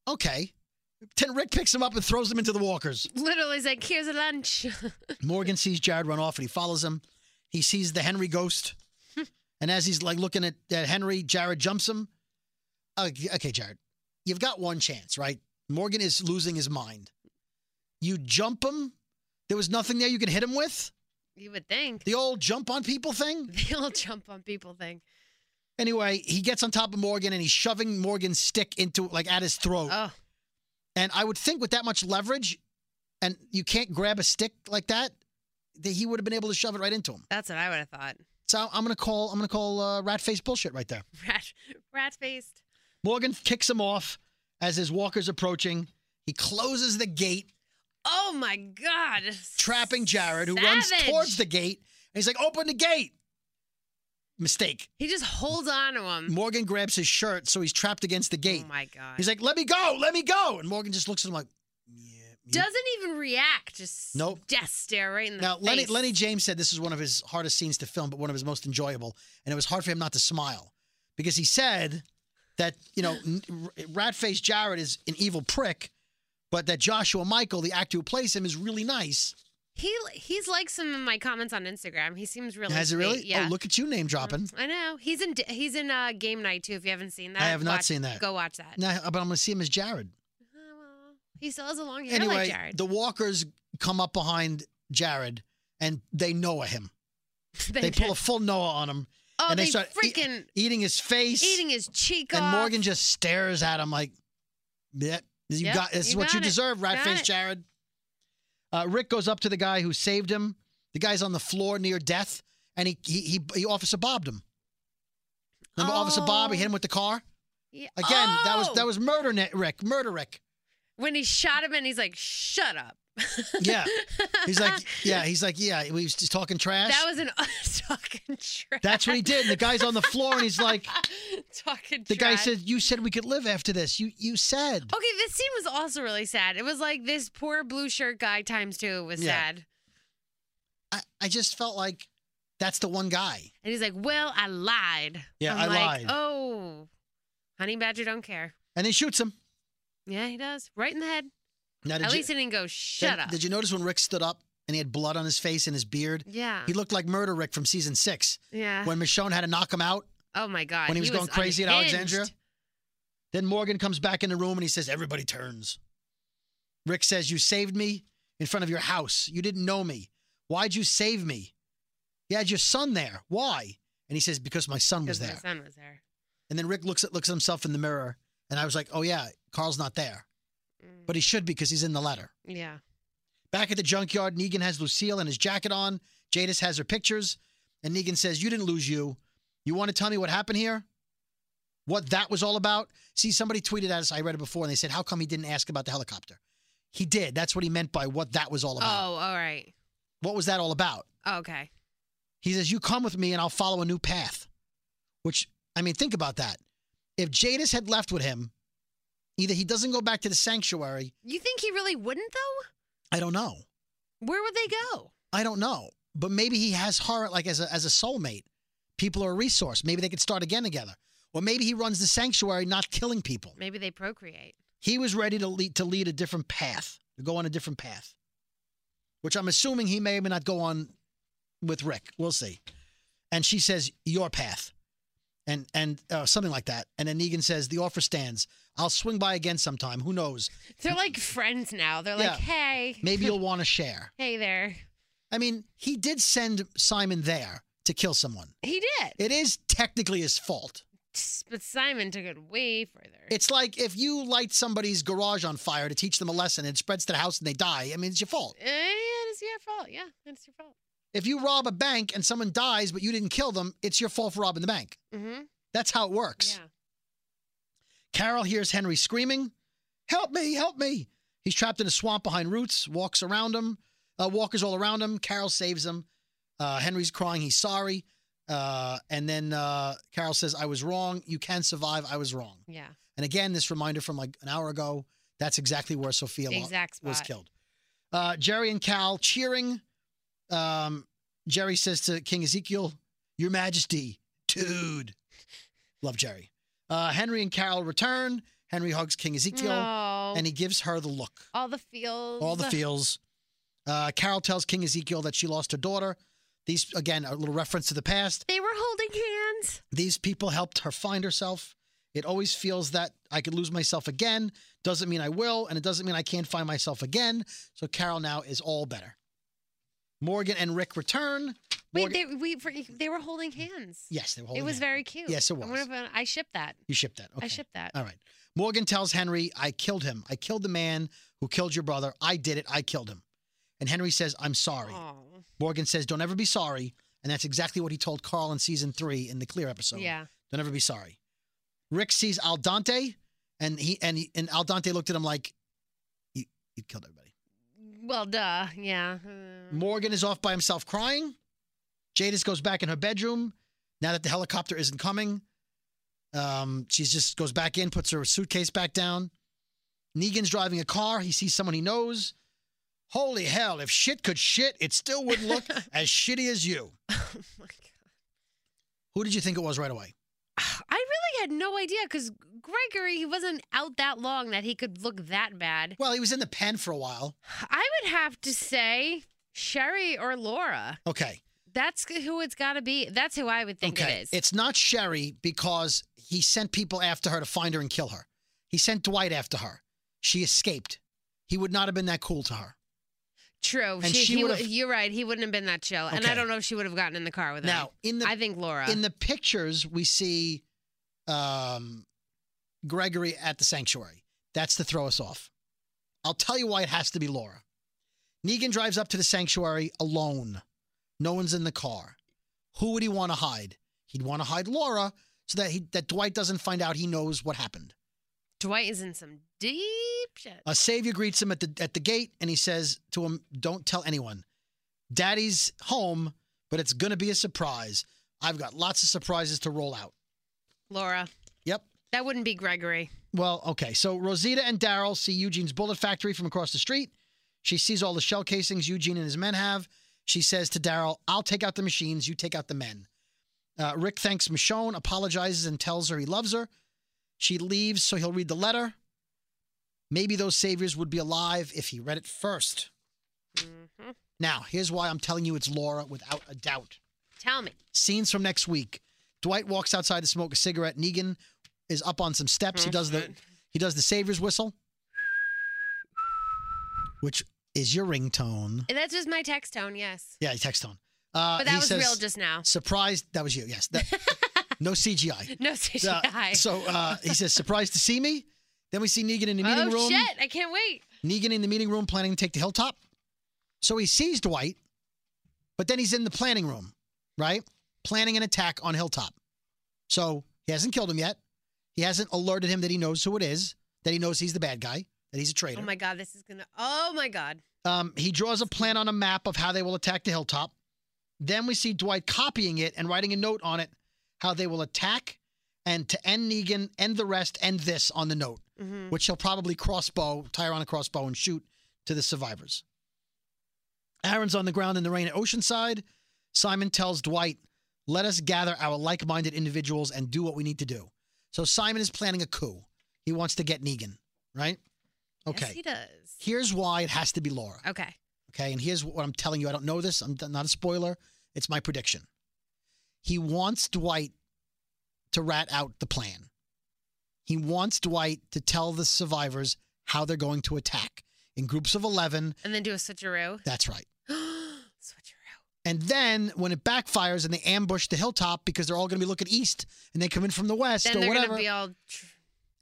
Speaker 2: Okay. Then Rick picks him up and throws him into the walkers.
Speaker 3: Literally, he's like, here's a lunch. <laughs>
Speaker 2: Morgan sees Jared run off and he follows him. He sees the Henry ghost. and as he's like looking at, at Henry, Jared jumps him. Okay, okay, Jared, you've got one chance, right? Morgan is losing his mind. You jump him. There was nothing there you could hit him with.
Speaker 3: you would think. <laughs>
Speaker 2: The old jump on people thing.
Speaker 3: The old jump on people thing.
Speaker 2: Anyway, he gets on top of Morgan and he's shoving Morgan's stick into like at his throat.
Speaker 3: Oh,
Speaker 2: and I would think with that much leverage, and you can't grab a stick like that, that he would have been able to shove it right into him.
Speaker 3: that's what I would have thought. <laughs>
Speaker 2: So I'm gonna call I'm gonna call uh, rat face bullshit right there.
Speaker 3: Rat, rat faced.
Speaker 2: Morgan kicks him off as his walker's approaching. He closes the gate,
Speaker 3: Oh my God.
Speaker 2: trapping Jared, who runs
Speaker 3: Savage.
Speaker 2: towards the gate. And he's like, "Open the gate!" Mistake.
Speaker 3: He just holds on to him.
Speaker 2: Morgan grabs his shirt, so he's trapped against the gate.
Speaker 3: Mm. Oh my God.
Speaker 2: He's like, let me go, let me go. And Morgan just looks at him like, yeah. you-
Speaker 3: Doesn't even react. Just
Speaker 2: Nope.
Speaker 3: death stare right in the
Speaker 2: now,
Speaker 3: face.
Speaker 2: Lenny, Lenny James said this is one of his hardest scenes to film, but one of his most enjoyable. And it was hard for him not to smile because he said that, you know, n- r- Ratface Jarrett is an evil prick, but that Joshua Michael, the actor who plays him, is really nice.
Speaker 3: He he's like some of my comments on Instagram. He seems really.
Speaker 2: Has he
Speaker 3: sweet.
Speaker 2: really?
Speaker 3: Yeah. Mm-hmm.
Speaker 2: Oh, look at you name dropping.
Speaker 3: I know he's in he's in uh, game night too. If you haven't seen that,
Speaker 2: I have not
Speaker 3: watch-
Speaker 2: seen that.
Speaker 3: Go watch that.
Speaker 2: Now, uh, but I'm going to see him as Jared.
Speaker 3: Oh, well, he still has a long hair
Speaker 2: anyway,
Speaker 3: like Jared.
Speaker 2: the walkers come up behind Jared and they Noah him. They,
Speaker 3: <laughs>
Speaker 2: pull a full Noah on him.
Speaker 3: oh,
Speaker 2: and they,
Speaker 3: they,
Speaker 2: start e-
Speaker 3: freaking
Speaker 2: eating his face.
Speaker 3: eating his cheek
Speaker 2: and
Speaker 3: off.
Speaker 2: Morgan just stares at him like, "Yep, you
Speaker 3: Yep,
Speaker 2: got this is
Speaker 3: you
Speaker 2: what you
Speaker 3: got it.
Speaker 2: deserve, rat
Speaker 3: Got
Speaker 2: face
Speaker 3: it."
Speaker 2: Jared." Uh, Rick goes up to the guy who saved him. The guy's on the floor near death, and he he he, he officer bobbed him. Remember Officer Bob? He hit him with the car
Speaker 3: Yeah.
Speaker 2: again. That was
Speaker 3: Oh!
Speaker 2: that was murder, net, Rick. Murder, Rick.
Speaker 3: when he shot him, and he's like, "Shut up."
Speaker 2: <laughs> Yeah, he's
Speaker 3: <laughs>
Speaker 2: like, yeah, he's like, yeah. We was just talking trash.
Speaker 3: That was an us <laughs> talking trap.
Speaker 2: That's what he did. And the guy's on the floor, and he's like,
Speaker 3: <laughs> Talking
Speaker 2: The guy
Speaker 3: trash. Oh.
Speaker 2: said, "You said we could live after this. You you said."
Speaker 3: Okay, this scene was also really sad. It was like this poor blue shirt guy times two was
Speaker 2: Yeah.
Speaker 3: sad.
Speaker 2: I, I just felt like that's the one guy.
Speaker 3: And he's like, Well, I lied.
Speaker 2: Yeah,
Speaker 3: I'm
Speaker 2: I
Speaker 3: like,
Speaker 2: lied.
Speaker 3: Oh, Honey Badger don't care.
Speaker 2: And he shoots him.
Speaker 3: Yeah, he does. Right in the head.
Speaker 2: Now, did
Speaker 3: At
Speaker 2: you-
Speaker 3: least he didn't go, Shut
Speaker 2: did,
Speaker 3: up.
Speaker 2: Did you notice when Rick stood up and he had blood on his face and his beard?
Speaker 3: yeah.
Speaker 2: He looked like Murder Rick from season six
Speaker 3: yeah.
Speaker 2: when Michonne had to knock him out.
Speaker 3: oh my God.
Speaker 2: when he was going crazy at
Speaker 3: unhinged.
Speaker 2: Alexandria? Then Morgan comes back in the room and he says, Everybody turns. Rick says, You saved me in front of your house. You didn't know me. Why'd you save me? You had your son there. Why? And he says, Because my son was
Speaker 3: Because my
Speaker 2: there.
Speaker 3: son was there.
Speaker 2: And then Rick looks at looks at himself in the mirror and I was like, Oh yeah, Carl's not there.
Speaker 3: Mm,
Speaker 2: But he should because he's in the letter.
Speaker 3: yeah.
Speaker 2: Back at the junkyard, Negan has Lucille and his jacket on. Jadis has her pictures. And Negan says, You didn't lose you. You want to tell me what happened here? What that was all about? See, somebody tweeted at us, I read it before, and they said, How come he didn't ask about the helicopter? He did. That's what he meant by what that was all
Speaker 3: Oh,
Speaker 2: about.
Speaker 3: all right.
Speaker 2: What was that all about?
Speaker 3: okay.
Speaker 2: He says, You come with me and I'll follow a new path. Which, I mean, think about that. If Jadis had left with him, either he doesn't go back to the sanctuary,
Speaker 3: You think he really wouldn't, though?
Speaker 2: I don't know.
Speaker 3: Where would they go?
Speaker 2: I don't know, but maybe he has her like as a as a soulmate. People are a resource. Maybe they could start again together, or maybe he runs the sanctuary, not killing people.
Speaker 3: Maybe they procreate.
Speaker 2: He was ready to lead to lead a different path, to go on a different path, which I'm assuming he may or may not go on with Rick. We'll see. And she says, "Your path," and and uh, something like that. And then Negan says, "The offer stands. I'll swing by again sometime. Who knows?
Speaker 3: They're like friends now. They're
Speaker 2: Yeah.
Speaker 3: like, Hey. <laughs>
Speaker 2: Maybe you'll want to share."
Speaker 3: Hey there.
Speaker 2: I mean, he did send Simon there to kill someone.
Speaker 3: He did.
Speaker 2: It is technically his fault.
Speaker 3: But Simon took it way further.
Speaker 2: It's like if you light somebody's garage on fire to teach them a lesson and it spreads to the house and they die. I mean, it's your fault.
Speaker 3: Eh, yeah, it's your fault. Yeah, it's your fault.
Speaker 2: If you rob a bank and someone dies but you didn't kill them, it's your fault for robbing the bank.
Speaker 3: Mm-hmm.
Speaker 2: That's how it works.
Speaker 3: Yeah.
Speaker 2: Carol hears Henry screaming, "Help me! Help me!" He's trapped in a swamp behind roots. Walks around him. Uh, walkers all around him. Carol saves him. Uh, Henry's crying. He's sorry. Uh, and then uh, Carol says, "I was wrong. You can survive. I was wrong."
Speaker 3: Yeah.
Speaker 2: And again, this reminder from like an hour ago, that's exactly where Sophia lo-
Speaker 3: Exact spot.
Speaker 2: was killed. Uh, Jerry and Cal cheering. Um, Jerry says to King Ezekiel, Your Majesty, dude. Love Jerry. Uh, Henry and Carol return. Henry hugs King Ezekiel
Speaker 3: No.
Speaker 2: and he gives her the look,
Speaker 3: all the feels.
Speaker 2: all the feels. Uh, Carol tells King Ezekiel that she lost her daughter. These, again, a little reference to the past.
Speaker 3: They were holding hands.
Speaker 2: These people helped her find herself. It always feels that I could lose myself again. Doesn't mean I will, and it doesn't mean I can't find myself again. So Carol now is all better. Morgan and Rick return.
Speaker 3: Wait,
Speaker 2: Morgan-
Speaker 3: they we for, they were holding hands.
Speaker 2: yes, they were
Speaker 3: it
Speaker 2: holding
Speaker 3: was
Speaker 2: hands.
Speaker 3: very cute.
Speaker 2: Yes, it
Speaker 3: I
Speaker 2: was.
Speaker 3: wonder if I, I ship that.
Speaker 2: You shipped that. Okay.
Speaker 3: I ship that.
Speaker 2: All right. Morgan tells Henry, I killed him. I killed the man who killed your brother. I did it. I killed him. And Henry says, I'm sorry.
Speaker 3: Aw.
Speaker 2: Morgan says, Don't ever be sorry. And that's exactly what he told Carl in season three in the Clear episode.
Speaker 3: yeah.
Speaker 2: Don't ever be sorry. Rick sees Aldante, and he and he, and Aldante looked at him like he he killed everybody.
Speaker 3: Well, duh. Yeah. <sighs> Uh,
Speaker 2: Morgan is off by himself crying. Jadis goes back in her bedroom. Now that the helicopter isn't coming, um, she just goes back in, puts her suitcase back down. Negan's driving a car. He sees someone he knows. Holy hell! If shit could shit, it still would look as shitty as you.
Speaker 3: oh my god.
Speaker 2: Who did you think it was right away?
Speaker 3: I really had no idea because Gregory he wasn't out that long that he could look that bad. <sighs>
Speaker 2: Well, he was in the pen for a while.
Speaker 3: I would have to say Sherry or Laura.
Speaker 2: Okay.
Speaker 3: That's who it's got to be. That's who I would think
Speaker 2: okay.
Speaker 3: it is.
Speaker 2: It's not Sherry because he sent people after her to find her and kill her. He sent Dwight after her. She escaped. He would not have been that cool to her.
Speaker 3: True.
Speaker 2: and
Speaker 3: she,
Speaker 2: she
Speaker 3: he
Speaker 2: would've-
Speaker 3: w- you're right. He wouldn't have been that chill. And I
Speaker 2: Okay.
Speaker 3: don't know if she would have gotten in the car with him.
Speaker 2: Now, in the
Speaker 3: I think Laura.
Speaker 2: in the pictures we see um, Gregory at the sanctuary. That's to throw us off. I'll tell you why it has to be Laura. Negan drives up to the sanctuary alone. No one's in the car. Who would he want to hide? He'd want to hide Laura so that he that Dwight doesn't find out he knows what happened.
Speaker 3: Dwight is in some deep shit.
Speaker 2: A savior greets him at the at the gate, and he says to him, "Don't tell anyone. Daddy's home, but it's gonna be a surprise. I've got lots of surprises to roll out."
Speaker 3: Laura.
Speaker 2: Yep.
Speaker 3: That wouldn't be Gregory.
Speaker 2: Well, okay. So Rosita and Daryl see Eugene's bullet factory from across the street. She sees all the shell casings Eugene and his men have. She says to Daryl, I'll take out the machines, you take out the men. Uh, Rick thanks Michonne, apologizes, and tells her he loves her. She leaves, so he'll read the letter. Maybe those saviors would be alive if he read it first.
Speaker 3: hmm
Speaker 2: Now, here's why I'm telling you it's Laura without a doubt.
Speaker 3: Tell me.
Speaker 2: Scenes from next week. Dwight walks outside to smoke a cigarette. Negan is up on some steps. He does the he does the savior's whistle, which is your ringtone.
Speaker 3: That's just my text tone, yes.
Speaker 2: Yeah, text tone. Uh,
Speaker 3: But that
Speaker 2: he
Speaker 3: was
Speaker 2: says,
Speaker 3: real just now.
Speaker 2: Surprised. That was you. Yes. That, no CGI.
Speaker 3: <laughs> No CGI.
Speaker 2: Uh, so uh, he says, "Surprised to see me." Then we see Negan in the meeting
Speaker 3: oh,
Speaker 2: room.
Speaker 3: shit. I can't wait.
Speaker 2: Negan in the meeting room planning to take the hilltop. So he sees Dwight, but then he's in the planning room, right? Planning an attack on Hilltop. So he hasn't killed him yet. He hasn't alerted him that he knows who it is, that he knows he's the bad guy, that he's a traitor.
Speaker 3: Oh my God. This is going to. Oh my God.
Speaker 2: um, he draws a plan on a map of how they will attack the Hilltop. Then we see Dwight copying it and writing a note on it how they will attack and to end Negan, end the rest, end this on the note
Speaker 3: hmm
Speaker 2: which he'll probably crossbow, tie around a crossbow, and shoot to the survivors. Aaron's on the ground in the rain at Oceanside. Simon tells Dwight, let us gather our like minded individuals and do what we need to do. So Simon is planning a coup. He wants to get Negan, right? Okay.
Speaker 3: Yes, he does.
Speaker 2: here's why it has to be Laura.
Speaker 3: Okay.
Speaker 2: Okay. And here's what I'm telling you. I don't know this. I'm not a spoiler. It's my prediction. He wants Dwight to rat out the plan. He wants Dwight to tell the survivors how they're going to attack in groups of 11.
Speaker 3: And then do a switcheroo. <gasps>
Speaker 2: That's right.
Speaker 3: switcheroo.
Speaker 2: And then when it backfires and they ambush the hilltop because they're all going to be looking east and they come in from the west
Speaker 3: Then
Speaker 2: or
Speaker 3: they're going
Speaker 2: whatever.
Speaker 3: to be all. Tr-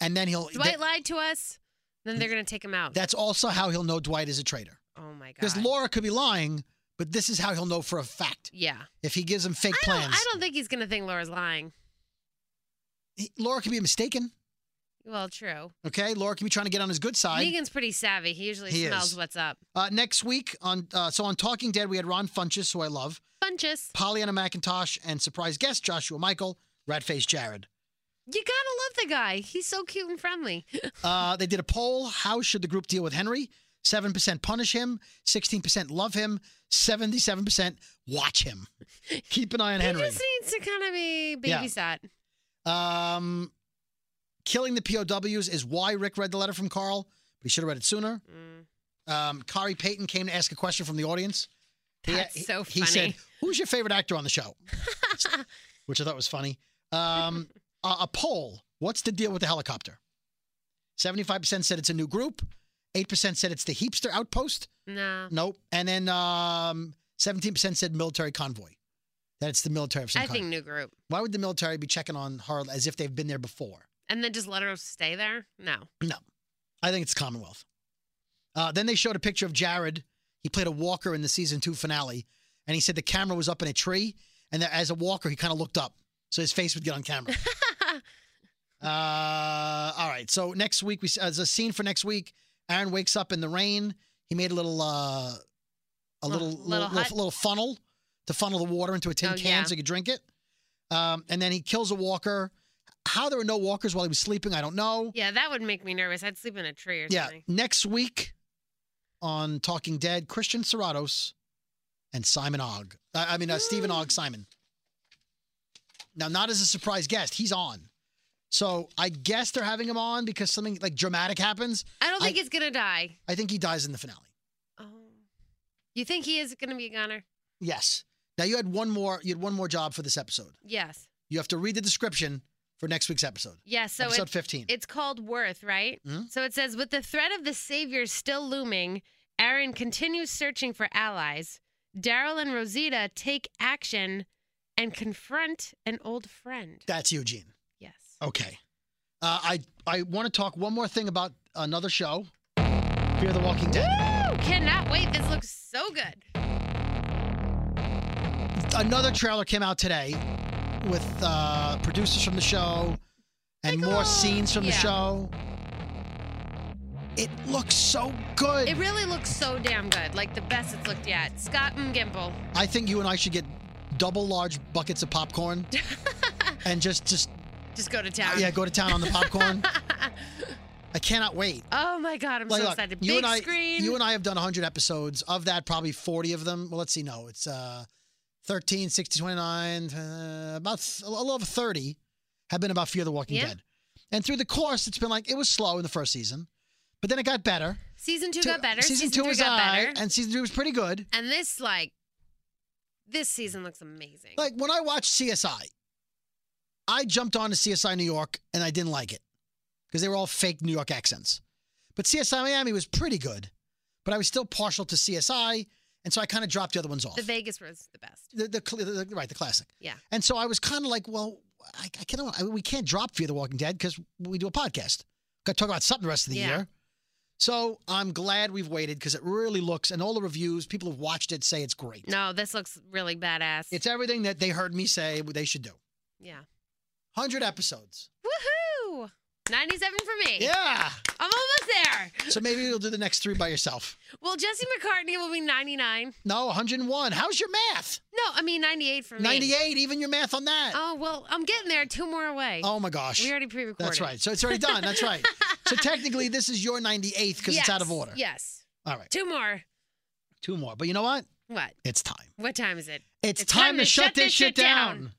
Speaker 2: and then he'll.
Speaker 3: Dwight
Speaker 2: that-
Speaker 3: lied to us. Then they're going to take him out.
Speaker 2: that's also how he'll know Dwight is a traitor.
Speaker 3: oh my God.
Speaker 2: Because Laura could be lying, but this is how he'll know for a fact
Speaker 3: Yeah.
Speaker 2: if he gives him fake
Speaker 3: I
Speaker 2: plans.
Speaker 3: don't, I don't think he's going to think Laura's lying.
Speaker 2: he- Laura can be mistaken.
Speaker 3: Well, true.
Speaker 2: Okay, Laura can be trying to get on his good side.
Speaker 3: Negan's pretty savvy. He usually
Speaker 2: He
Speaker 3: smells
Speaker 2: is.
Speaker 3: what's up.
Speaker 2: Uh, next week on uh, so on Talking Dead we had Ron Funches, who I love,
Speaker 3: Bunches.
Speaker 2: Pollyanna McIntosh, and surprise guest Joshua Michael, Ratface Jared.
Speaker 3: You gotta love the guy. He's so cute
Speaker 2: <laughs>
Speaker 3: and friendly.
Speaker 2: Uh, they did a poll: How should the group deal with Henry? Seven percent punish him, sixteen percent love him, seventy-seven percent watch him. Keep an eye on
Speaker 3: he
Speaker 2: Henry.
Speaker 3: just needs to kind of be
Speaker 2: Yeah.
Speaker 3: babysat.
Speaker 2: Um, killing the POWs is why Rick read the letter from Carl, but he should have read it sooner.
Speaker 3: Mm.
Speaker 2: Um, Kari Payton came to ask a question from the audience. He-
Speaker 3: That's
Speaker 2: he-
Speaker 3: so
Speaker 2: He said,
Speaker 3: funny.
Speaker 2: "Who's your favorite actor on the
Speaker 3: <laughs>
Speaker 2: show?" Which I thought was funny. Um, a, a poll: What's the deal with the helicopter? Seventy-five percent said it's a new group. Eight percent said it's the Heapster Outpost.
Speaker 3: No.
Speaker 2: Nope. And then um, seventeen percent said military convoy. That it's the military of some
Speaker 3: I
Speaker 2: kind.
Speaker 3: think new group.
Speaker 2: Why would the military be checking on her as if they've been there before?
Speaker 3: And then just let her stay there? No.
Speaker 2: No, I think it's Commonwealth. Uh, then they showed a picture of Jared. He played a walker in the season two finale, and he said the camera was up in a tree, and that as a walker, he kind of looked up, so his face would get on
Speaker 3: <laughs>
Speaker 2: camera. uh, all right. So next week, we as a scene for next week, Aaron wakes up in the rain. He made a little, uh, a little,
Speaker 3: Little-
Speaker 2: little,
Speaker 3: little
Speaker 2: little,
Speaker 3: hut.
Speaker 2: little funnel to funnel the water into a tin
Speaker 3: Oh,
Speaker 2: can
Speaker 3: yeah.
Speaker 2: so he could drink it. Um, and then he kills a walker. How there were no walkers while he was sleeping, I don't know.
Speaker 3: Yeah, that would make me nervous. I'd sleep in a tree or
Speaker 2: Yeah,
Speaker 3: something.
Speaker 2: next week on Talking Dead, Christian Serratos and Simon Ogg. I, I mean, uh, Stephen Ogg Simon. Now, not as a surprise guest, he's on. So I guess they're having him on because something like dramatic happens.
Speaker 3: I don't think
Speaker 2: I-
Speaker 3: he's gonna die.
Speaker 2: I think he dies in the finale.
Speaker 3: Oh. You think he is gonna be a goner?
Speaker 2: Yes. Now you had one more. You had one more job for this episode.
Speaker 3: Yes.
Speaker 2: You have to read the description for next week's episode.
Speaker 3: Yes. so
Speaker 2: episode
Speaker 3: it's
Speaker 2: fifteen.
Speaker 3: It's called Worth, right?
Speaker 2: Mhm.
Speaker 3: So it says with the threat of the savior still looming, Aaron continues searching for allies. Daryl and Rosita take action and confront an old friend.
Speaker 2: That's Eugene.
Speaker 3: Yes.
Speaker 2: Okay. Uh, I I want to talk one more thing about another show, Fear the Walking Dead.
Speaker 3: Woo! Cannot wait. This looks so good.
Speaker 2: another trailer came out today with uh, producers from the show and more
Speaker 3: Piccolo!
Speaker 2: scenes from the
Speaker 3: Yeah.
Speaker 2: show. It looks so good.
Speaker 3: It really looks so damn good. Like the best it's looked yet. Scott and Gimple.
Speaker 2: I
Speaker 3: <laughs>
Speaker 2: think you and I should get double large buckets of popcorn and just just
Speaker 3: Just go to town.
Speaker 2: yeah, go to town on the
Speaker 3: <laughs>
Speaker 2: popcorn. I cannot wait.
Speaker 3: Oh my god, I'm
Speaker 2: Like,
Speaker 3: so
Speaker 2: look,
Speaker 3: excited.
Speaker 2: you
Speaker 3: Big
Speaker 2: and I,
Speaker 3: screen.
Speaker 2: you and I have done 100 episodes. Of that, probably 40 of them. Well, let's see. No, it's uh, 13, 60, 29, uh, about th- a little over 30 have been about Fear the Walking
Speaker 3: Yeah.
Speaker 2: Dead. And through the course, it's been like it was slow in the first season, but then it got better.
Speaker 3: season two,
Speaker 2: Two-
Speaker 3: got better.
Speaker 2: Season, two
Speaker 3: three
Speaker 2: was
Speaker 3: got
Speaker 2: all right,
Speaker 3: better. And,
Speaker 2: and season three was pretty good.
Speaker 3: this like, this season looks amazing.
Speaker 2: Like when I watched CSI, I jumped on to CSI New York and I didn't like it because they were all fake New York accents. But CSI Miami was pretty good, but I was still partial to CSI, and so I kind of dropped the other ones off.
Speaker 3: the Vegas was the best.
Speaker 2: the, the, cl- the- the- right, the classic.
Speaker 3: Yeah.
Speaker 2: And so I was kind of like, well, I, I can't. I, we can't drop Fear the Walking Dead because we do a podcast. Got to talk about something the rest of the
Speaker 3: Yeah.
Speaker 2: year. So I'm glad we've waited because it really looks, and all the reviews, people who've watched it say it's great.
Speaker 3: No, this looks really badass.
Speaker 2: It's everything that they heard me say they should do.
Speaker 3: yeah.
Speaker 2: 100 episodes.
Speaker 3: Woohoo! 97 for me.
Speaker 2: Yeah.
Speaker 3: I'm almost there.
Speaker 2: So maybe you'll do the next three by yourself.
Speaker 3: Well, Jesse McCartney will be 99.
Speaker 2: No, 101. How's your math?
Speaker 3: No, I mean 98 for me.
Speaker 2: 98, even your math on that.
Speaker 3: Oh well, I'm getting there. Two more away.
Speaker 2: Oh my gosh.
Speaker 3: we already pre-recorded.
Speaker 2: That's right. So it's already done. That's
Speaker 3: <laughs>
Speaker 2: right. so technically, this is your 98th because it's out of
Speaker 3: Yes,
Speaker 2: order.
Speaker 3: Yes.
Speaker 2: All right.
Speaker 3: Two more.
Speaker 2: Two more. But you know what?
Speaker 3: What?
Speaker 2: It's time.
Speaker 3: What time is it?
Speaker 2: It's, time, to, shut, this shit down.